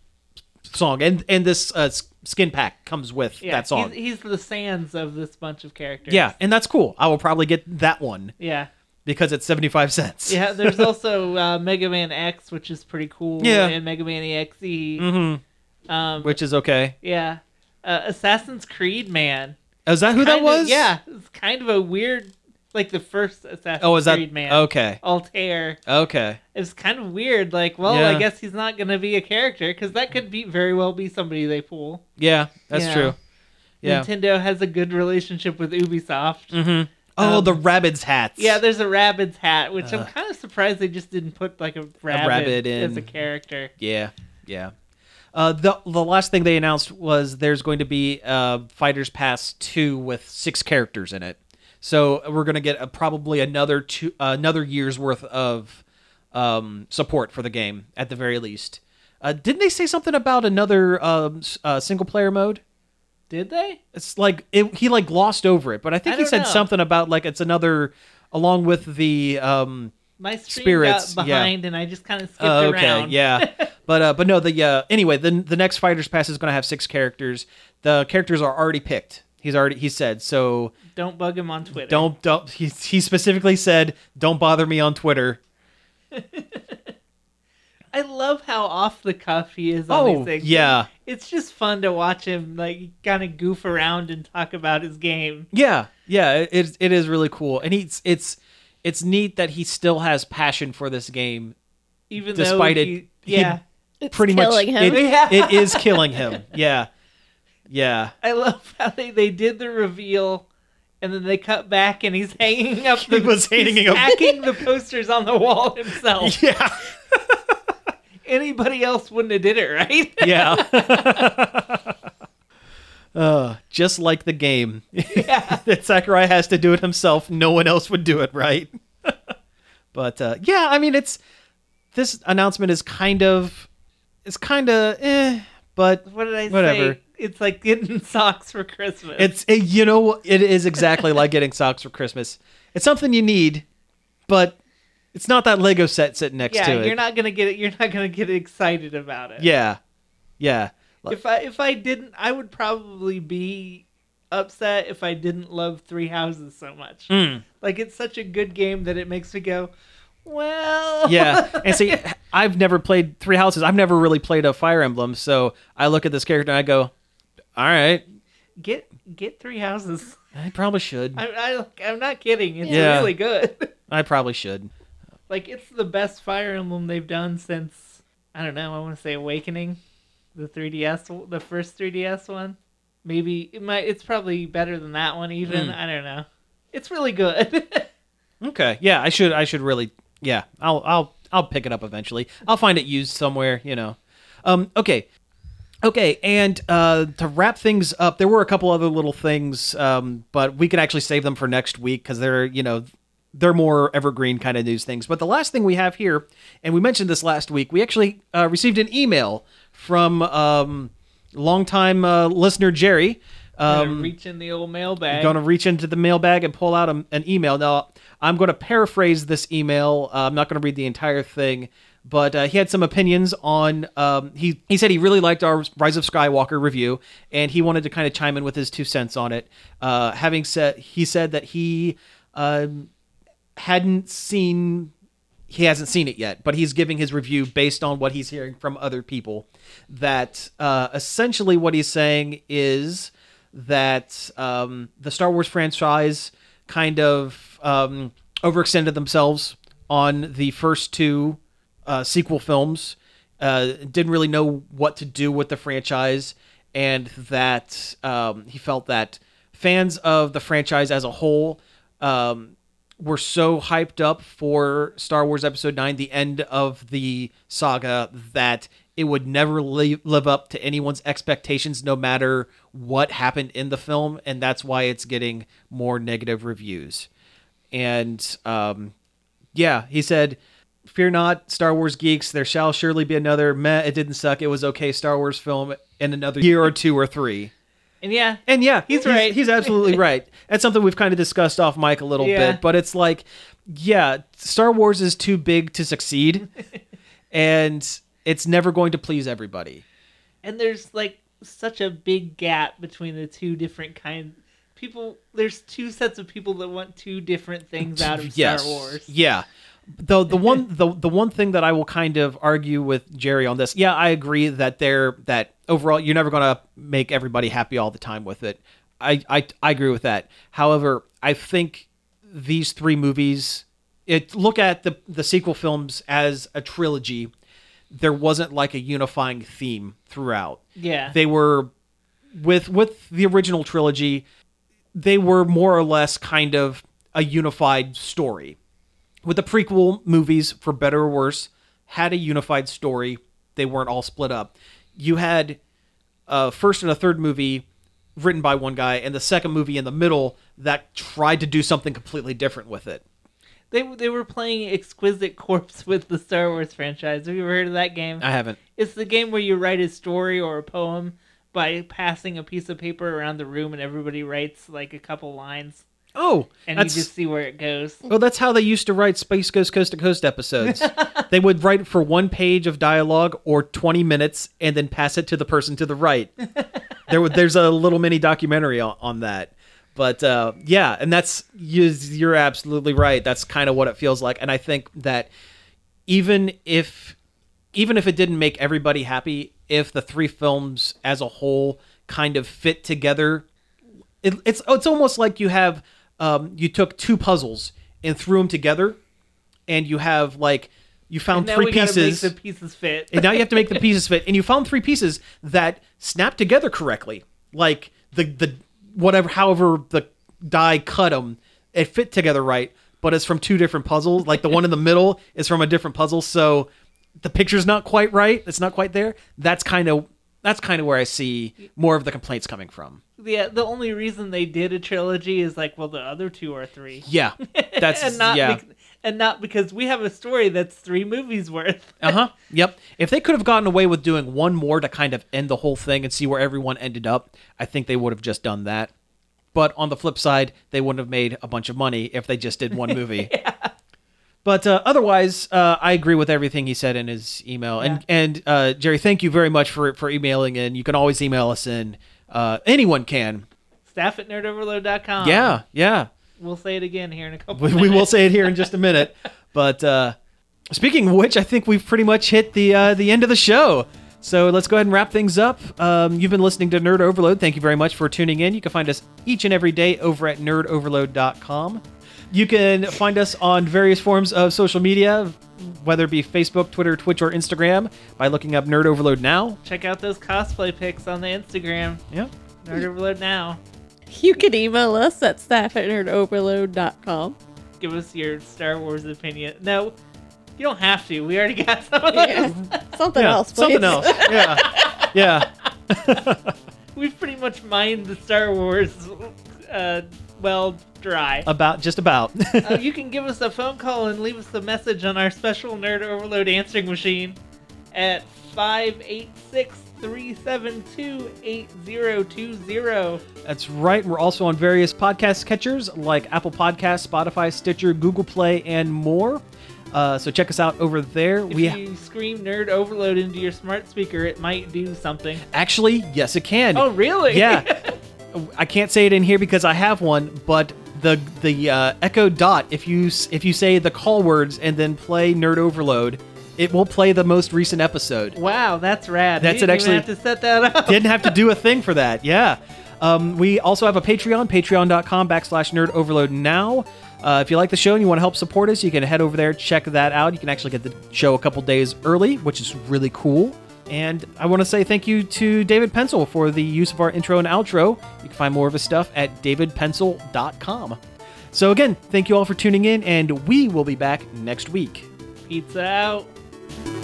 Speaker 1: song, and and this uh, s- skin pack comes with
Speaker 2: yeah.
Speaker 1: that song.
Speaker 2: He's, he's the sands of this bunch of characters.
Speaker 1: yeah, and that's cool. I will probably get that one
Speaker 2: yeah,
Speaker 1: because it's 75 cents. *laughs*
Speaker 2: yeah. There's also uh, Mega Man X, which is pretty cool.
Speaker 1: Yeah. Mm-hmm.
Speaker 2: and Mega Man EXE. Um,
Speaker 1: which is okay.
Speaker 2: Yeah. Uh, Assassin's Creed, man.
Speaker 1: Is that who that
Speaker 2: Kind of-
Speaker 1: was?
Speaker 2: yeah. It's kind of a weird, like the first Assassin's
Speaker 1: Oh, is that
Speaker 2: Creed, man.
Speaker 1: okay?
Speaker 2: Altair.
Speaker 1: Okay.
Speaker 2: It was kind of weird. Like, well,
Speaker 1: Yeah.
Speaker 2: I guess he's not going to be a character because that could be very well be somebody they pull.
Speaker 1: Yeah, that's
Speaker 2: Yeah.
Speaker 1: true. Yeah.
Speaker 2: Nintendo has a good relationship with Ubisoft.
Speaker 1: oh,
Speaker 2: um,
Speaker 1: the rabbits hats.
Speaker 2: Yeah, there's a Rabbids hat, which I'm kind of surprised they just didn't put like a Rabbid,
Speaker 1: Uh. rabbit
Speaker 2: as
Speaker 1: in.
Speaker 2: a character.
Speaker 1: yeah, yeah. Uh, the the last thing they announced was there's going to be uh, Fighters Pass two with six characters in it. So we're going to get a, probably another two another year's worth of um, support for the game at the very least. Uh, didn't they say something about another um, s- uh, single player mode?
Speaker 2: Did they?
Speaker 1: It's like it, he like glossed over it, but I think
Speaker 2: I
Speaker 1: he
Speaker 2: don't
Speaker 1: said
Speaker 2: know.
Speaker 1: something about like it's another along with the um,
Speaker 2: My stream
Speaker 1: Spirits, yeah.
Speaker 2: got behind, and I just kind of skipped
Speaker 1: Oh, okay,
Speaker 2: around.
Speaker 1: yeah. but uh, but no, the uh, anyway, the the next fighters pass is going to have six characters. The characters are already picked. He's already he said so.
Speaker 2: Don't bug him on Twitter.
Speaker 1: Don't don't he, he specifically said don't bother me on Twitter.
Speaker 2: I love how off the cuff he is on
Speaker 1: Oh,
Speaker 2: these things.
Speaker 1: yeah.
Speaker 2: It's just fun to watch him like kind of goof around and talk about his game.
Speaker 1: Yeah, yeah. It it, it is really cool, and he's it's it's neat that he still has passion for this game.
Speaker 2: Even
Speaker 1: Despite
Speaker 2: though
Speaker 1: it-
Speaker 2: he,
Speaker 1: he-
Speaker 2: yeah.
Speaker 3: It's
Speaker 1: Pretty
Speaker 3: killing
Speaker 1: much,
Speaker 3: him.
Speaker 1: it-
Speaker 2: *laughs* Yeah.
Speaker 1: it is killing him. Yeah, yeah.
Speaker 2: I love how they, they did the reveal and then they cut back and he's hanging up the
Speaker 1: *laughs* He was hanging
Speaker 2: he's
Speaker 1: up-
Speaker 2: hacking
Speaker 1: *laughs*
Speaker 2: the posters on the wall himself.
Speaker 1: Yeah,
Speaker 2: Anybody else wouldn't have did
Speaker 1: *laughs*
Speaker 2: it, right?
Speaker 1: yeah.
Speaker 2: *laughs*
Speaker 1: *laughs* uh, just like the game. *laughs* that Sakurai has to do it himself. No one else would do it,
Speaker 2: *laughs*
Speaker 1: right? but uh, yeah, I mean, it's this announcement is kind of it's kind of eh, but
Speaker 2: What did I
Speaker 1: Whatever.
Speaker 2: say? It's like getting *laughs* socks for Christmas.
Speaker 1: it's it, you know it is exactly like getting socks for Christmas. It's something you need, but it's not that Lego set sitting next
Speaker 2: yeah,
Speaker 1: to it.
Speaker 2: you're not gonna get it you're not gonna get excited about it.
Speaker 1: yeah, yeah. Like-
Speaker 2: If I if I didn't I would probably be upset if I didn't love Three Houses so much.
Speaker 1: Hmm.
Speaker 2: Like it's such a good game that it makes me go, Well *laughs*
Speaker 1: yeah and see i've never played three houses i've never really played a fire emblem so i look at this character and i go all right
Speaker 2: get get three houses.
Speaker 1: i probably should i,
Speaker 2: I, I, I'm not kidding. It's
Speaker 1: Yeah.
Speaker 2: really good. *laughs*
Speaker 1: probably should
Speaker 2: like it's the best Fire Emblem they've done since I don't know. I want to say Awakening, the 3DS, w- the first 3DS one. Maybe it might. It's probably better than that one. Even
Speaker 1: Hmm.
Speaker 2: I don't know. It's really good. *laughs*
Speaker 1: okay yeah i should i should really yeah i'll i'll i'll pick it up eventually i'll find it used somewhere you know um okay okay and uh to wrap things up there were a couple other little things um but we can actually save them for next week because they're you know they're more evergreen kind of news things but the last thing we have here and we mentioned this last week we actually uh, received an email from um longtime uh, listener jerry um,
Speaker 2: Reaching the old mailbag.
Speaker 1: going to reach into the mailbag and pull out a, an email. Now, I'm going to paraphrase this email. Uh, I'm not going to read the entire thing, but uh, he had some opinions on. Um, he he said he really liked our Rise of Skywalker review, and he wanted to kind of chime in with his two cents on it. Uh, having said, he said that he um, hadn't seen he hasn't seen it yet, but he's giving his review based on what he's hearing from other people. That uh, essentially what he's saying is that um, the Star Wars franchise kind of um, overextended themselves on the first two uh, sequel films, uh, didn't really know what to do with the franchise, and that um, he felt that fans of the franchise as a whole um, were so hyped up for Star Wars Episode 9, the end of the saga, that it would never li- live up to anyone's expectations, no matter what happened in the film. And that's why it's getting more negative reviews. And um, yeah, he said, Fear not, Star Wars geeks. There shall surely be another. Meh, it didn't suck. It was okay. Star Wars film in another year or two or three.
Speaker 2: and yeah,
Speaker 1: *laughs* And yeah,
Speaker 2: He's right.
Speaker 1: He's
Speaker 2: *laughs*
Speaker 1: absolutely right. That's something we've kind of discussed off mic a little
Speaker 2: Yeah.
Speaker 1: bit, but it's like, yeah, Star Wars is too big to
Speaker 2: *laughs*
Speaker 1: succeed, and it's never going to please everybody.
Speaker 2: and there's like such a big gap between the two different kind people there's two sets of people that want two different things out of
Speaker 1: yes.
Speaker 2: star wars
Speaker 1: Yeah. Though
Speaker 2: *laughs*
Speaker 1: the one the the one thing that I will kind of argue with Jerry on this, yeah, I agree that they're that overall you're never gonna make everybody happy all the time with it. I I, I agree with that. However, I think these three movies it look at the the sequel films as a trilogy. There wasn't like a unifying theme throughout.
Speaker 2: Yeah.
Speaker 1: They were with with the original trilogy, they were more or less kind of a unified story. With the prequel movies, for better or worse, had a unified story. They weren't all split up. you had a first and a third movie written by one guy, and the second movie in the middle that tried to do something completely different with it.
Speaker 2: They they were playing Exquisite Corpse *laughs* with the Star Wars franchise. Have you ever heard of that game?
Speaker 1: I haven't.
Speaker 2: It's the game where you write a story or a poem by passing a piece of paper around the room, and everybody writes like a couple lines,
Speaker 1: Oh,
Speaker 2: and
Speaker 1: that's
Speaker 2: you just see where it goes.
Speaker 1: well, that's how they used to write Space Ghost Coast to Coast episodes. they would write for one page of dialogue or twenty minutes, and then pass it to the person to the right. there, would- there's a little mini documentary on, on that. But uh, yeah, and that's you, you're absolutely right. That's kind of what it feels like, and I think that even if even if it didn't make everybody happy, if the three films as a whole kind of fit together it, it's it's almost like you have um, you took two puzzles and threw them together, and you have like you found
Speaker 2: now
Speaker 1: three
Speaker 2: we gotta make
Speaker 1: pieces,
Speaker 2: the pieces fit.
Speaker 1: and now you have to make the pieces fit, and you found three pieces that snap together correctly, like the the whatever however the die cut them, it fit together right, but it's from two different puzzles. Like the one in the middle is from a different puzzle, so the picture's not quite right. It's not quite there. That's kind of that's kind of where I see more of the complaints coming from.
Speaker 2: *laughs* yeah, the only reason they did a trilogy is like, well, the other two are three,
Speaker 1: Yeah, that's
Speaker 2: *laughs* and not
Speaker 1: yeah.
Speaker 2: bec- and not because we have a story that's three movies worth. *laughs*
Speaker 1: Uh huh. Yep. If they could have gotten away with doing one more to kind of end the whole thing and see where everyone ended up, I think they would have just done that. But on the flip side, they wouldn't have made a bunch of money if they just did one movie. But uh, otherwise, uh, I agree with everything he said in his email. And and uh, Jerry, thank you very much for for emailing in. You can always email us in. Uh, anyone can.
Speaker 2: Staff at nerdoverload.com.
Speaker 1: Yeah. Yeah.
Speaker 2: we'll say it again here in a couple.
Speaker 1: we, we will
Speaker 2: minutes.
Speaker 1: say it here in just a minute. But uh, speaking of which, I think we've pretty much hit the uh, the end of the show. So let's go ahead and wrap things up. Um, you've been listening to Nerd Overload. Thank you very much for tuning in. You can find us each and every day over at nerdoverload.com. You can find us on various forms of social media, whether it be Facebook, Twitter, Twitch, or Instagram, by looking up Nerd Overload now.
Speaker 2: check out those cosplay pics on the Instagram.
Speaker 1: Yeah.
Speaker 2: Nerd Overload now.
Speaker 3: You can email us at staff at nerdoverload.com.
Speaker 2: Give us your Star Wars opinion. No, you don't have to. We already got some
Speaker 1: *laughs*
Speaker 2: of
Speaker 3: Yeah.
Speaker 2: those.
Speaker 3: Something
Speaker 1: yeah.
Speaker 3: else, please.
Speaker 1: Something else. Yeah. yeah.
Speaker 2: We've pretty much mined the Star Wars uh, well dry.
Speaker 1: About just about. *laughs*
Speaker 2: Uh, you can give us a phone call and leave us a message on our special Nerd Overload answering machine at 586 372 8020.
Speaker 1: That's right. We're also on various podcast catchers like Apple Podcasts, Spotify, Stitcher, Google Play, and more. Uh, so check us out over there.
Speaker 2: If
Speaker 1: we
Speaker 2: you scream Nerd Overload into your smart speaker, it might do something.
Speaker 1: actually, yes, it can.
Speaker 2: Oh, really?
Speaker 1: Yeah. I can't say it in here because I have one, but the the uh, Echo Dot. If you s- if you say the call words and then play Nerd Overload, it will play the most recent episode.
Speaker 2: *laughs* Wow, that's rad.
Speaker 1: That's
Speaker 2: you
Speaker 1: it,
Speaker 2: didn't even
Speaker 1: actually-
Speaker 2: have to set that up.
Speaker 1: didn't have to do a thing for that. Yeah. Um, we also have a Patreon, patreon.com backslash nerd overload now. Uh, if you like the show and you want to help support us, you can head over there, check that out. You can actually get the show a couple days early, which is really cool. And I want to say thank you to David Pencil for the use of our intro and outro. You can find more of his stuff at davidpencil.com. So, again, thank you all for tuning in, and we will be back next week.
Speaker 2: Pizza out.